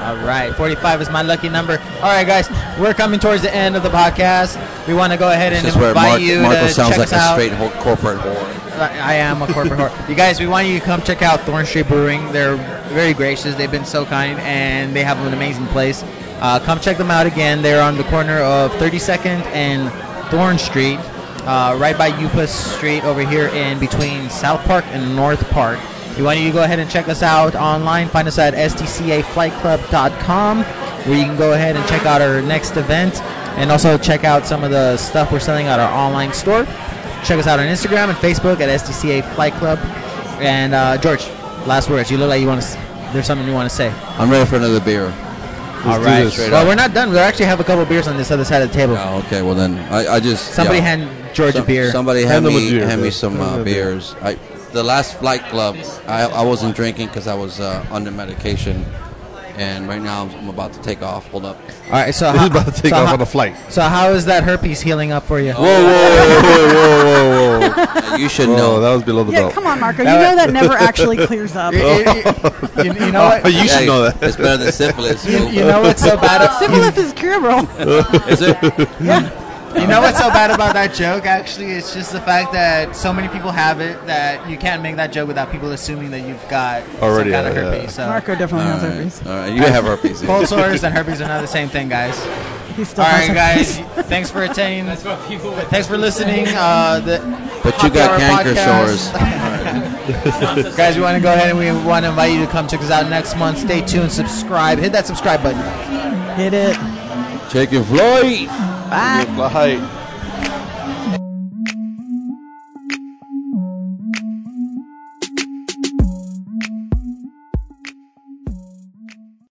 [SPEAKER 3] All right, 45 is my lucky number. All right, guys, we're coming towards the end of the podcast. We want to go ahead and
[SPEAKER 1] This is where
[SPEAKER 3] invite
[SPEAKER 1] Mark,
[SPEAKER 3] you
[SPEAKER 1] Marco
[SPEAKER 3] to
[SPEAKER 1] sounds
[SPEAKER 3] check
[SPEAKER 1] like
[SPEAKER 3] us
[SPEAKER 1] a
[SPEAKER 3] out.
[SPEAKER 1] straight ho- corporate whore.
[SPEAKER 3] I am a corporate whore. You guys, we want you to come check out Thorn Street Brewing. They're very gracious. They've been so kind, and they have an amazing place. Uh, come check them out again. They're on the corner of 32nd and Thorn Street, uh, right by Upas Street over here in between South Park and North Park. We want you to go ahead and check us out online. Find us at stcaflightclub.com, where you can go ahead and check out our next event, and also check out some of the stuff we're selling at our online store. Check us out on Instagram and Facebook at SDCA Flight Club. And uh, George, last words. You look like you want to. S- there's something you want to say.
[SPEAKER 1] I'm ready for another beer.
[SPEAKER 3] All
[SPEAKER 8] do
[SPEAKER 3] right.
[SPEAKER 8] this.
[SPEAKER 1] Straight
[SPEAKER 3] Well,
[SPEAKER 1] up.
[SPEAKER 3] we're not done. We actually have a couple beers on this other side of the table.
[SPEAKER 1] Oh, okay, well then, I, I just
[SPEAKER 3] Somebody
[SPEAKER 1] yeah.
[SPEAKER 3] hand George a
[SPEAKER 1] Some-
[SPEAKER 3] beer.
[SPEAKER 1] Somebody hand
[SPEAKER 8] Hand them a
[SPEAKER 1] me
[SPEAKER 8] beer,
[SPEAKER 1] hand me
[SPEAKER 8] dude.
[SPEAKER 1] some
[SPEAKER 8] Hand
[SPEAKER 1] uh,
[SPEAKER 8] them a beer.
[SPEAKER 1] beers. I, the last flight club, I, I wasn't drinking because I was uh, under medication, and right now I'm, I'm about to take off. Hold up.
[SPEAKER 3] All right. So
[SPEAKER 8] *laughs* He's about to take
[SPEAKER 3] so
[SPEAKER 8] off
[SPEAKER 3] how-
[SPEAKER 8] on a
[SPEAKER 3] *laughs*
[SPEAKER 8] flight. Oh.
[SPEAKER 3] So how is that herpes healing up for you?
[SPEAKER 8] Whoa, whoa, whoa, whoa, whoa, whoa,
[SPEAKER 1] Uh, you should
[SPEAKER 8] whoa.
[SPEAKER 1] know.
[SPEAKER 8] that was below the
[SPEAKER 4] Yeah,
[SPEAKER 8] belt.
[SPEAKER 4] come on, Marco. You know that never actually clears up.
[SPEAKER 8] *laughs*
[SPEAKER 3] you, you- you know
[SPEAKER 8] Oh,
[SPEAKER 3] what?
[SPEAKER 8] you should
[SPEAKER 1] Hey,
[SPEAKER 8] know that.
[SPEAKER 1] It's better
[SPEAKER 8] *laughs*
[SPEAKER 1] than syphilis.
[SPEAKER 3] You,
[SPEAKER 1] fool.
[SPEAKER 3] you know what's so bad?
[SPEAKER 4] *laughs* Syphilis is curable.
[SPEAKER 1] Is it?
[SPEAKER 3] You know what's so bad about that joke? Actually, it's just the fact that so many people have it that you can't make that joke without people assuming that you've got
[SPEAKER 8] Already,
[SPEAKER 3] some kind
[SPEAKER 8] yeah,
[SPEAKER 3] of
[SPEAKER 8] yeah.
[SPEAKER 3] herpes. So.
[SPEAKER 4] Marco definitely
[SPEAKER 1] All
[SPEAKER 4] has
[SPEAKER 1] right.
[SPEAKER 4] herpes.
[SPEAKER 1] All right. You have herpes.
[SPEAKER 3] Cold sores and herpes are not the same thing, guys.
[SPEAKER 4] He still
[SPEAKER 3] All
[SPEAKER 4] has
[SPEAKER 3] right,
[SPEAKER 4] herpes.
[SPEAKER 3] guys. Thanks for attending.
[SPEAKER 7] That's what people would
[SPEAKER 3] Thanks for listening. Uh, the
[SPEAKER 1] But you
[SPEAKER 3] Happy
[SPEAKER 1] got
[SPEAKER 3] Hour
[SPEAKER 1] canker
[SPEAKER 3] podcast.
[SPEAKER 1] sores.
[SPEAKER 3] *laughs* guys, we want to go ahead and we want to invite you to come check us out next month. Stay tuned. Subscribe. Hit that subscribe button.
[SPEAKER 4] Hit it.
[SPEAKER 1] Chicken Floyd.
[SPEAKER 8] Flight.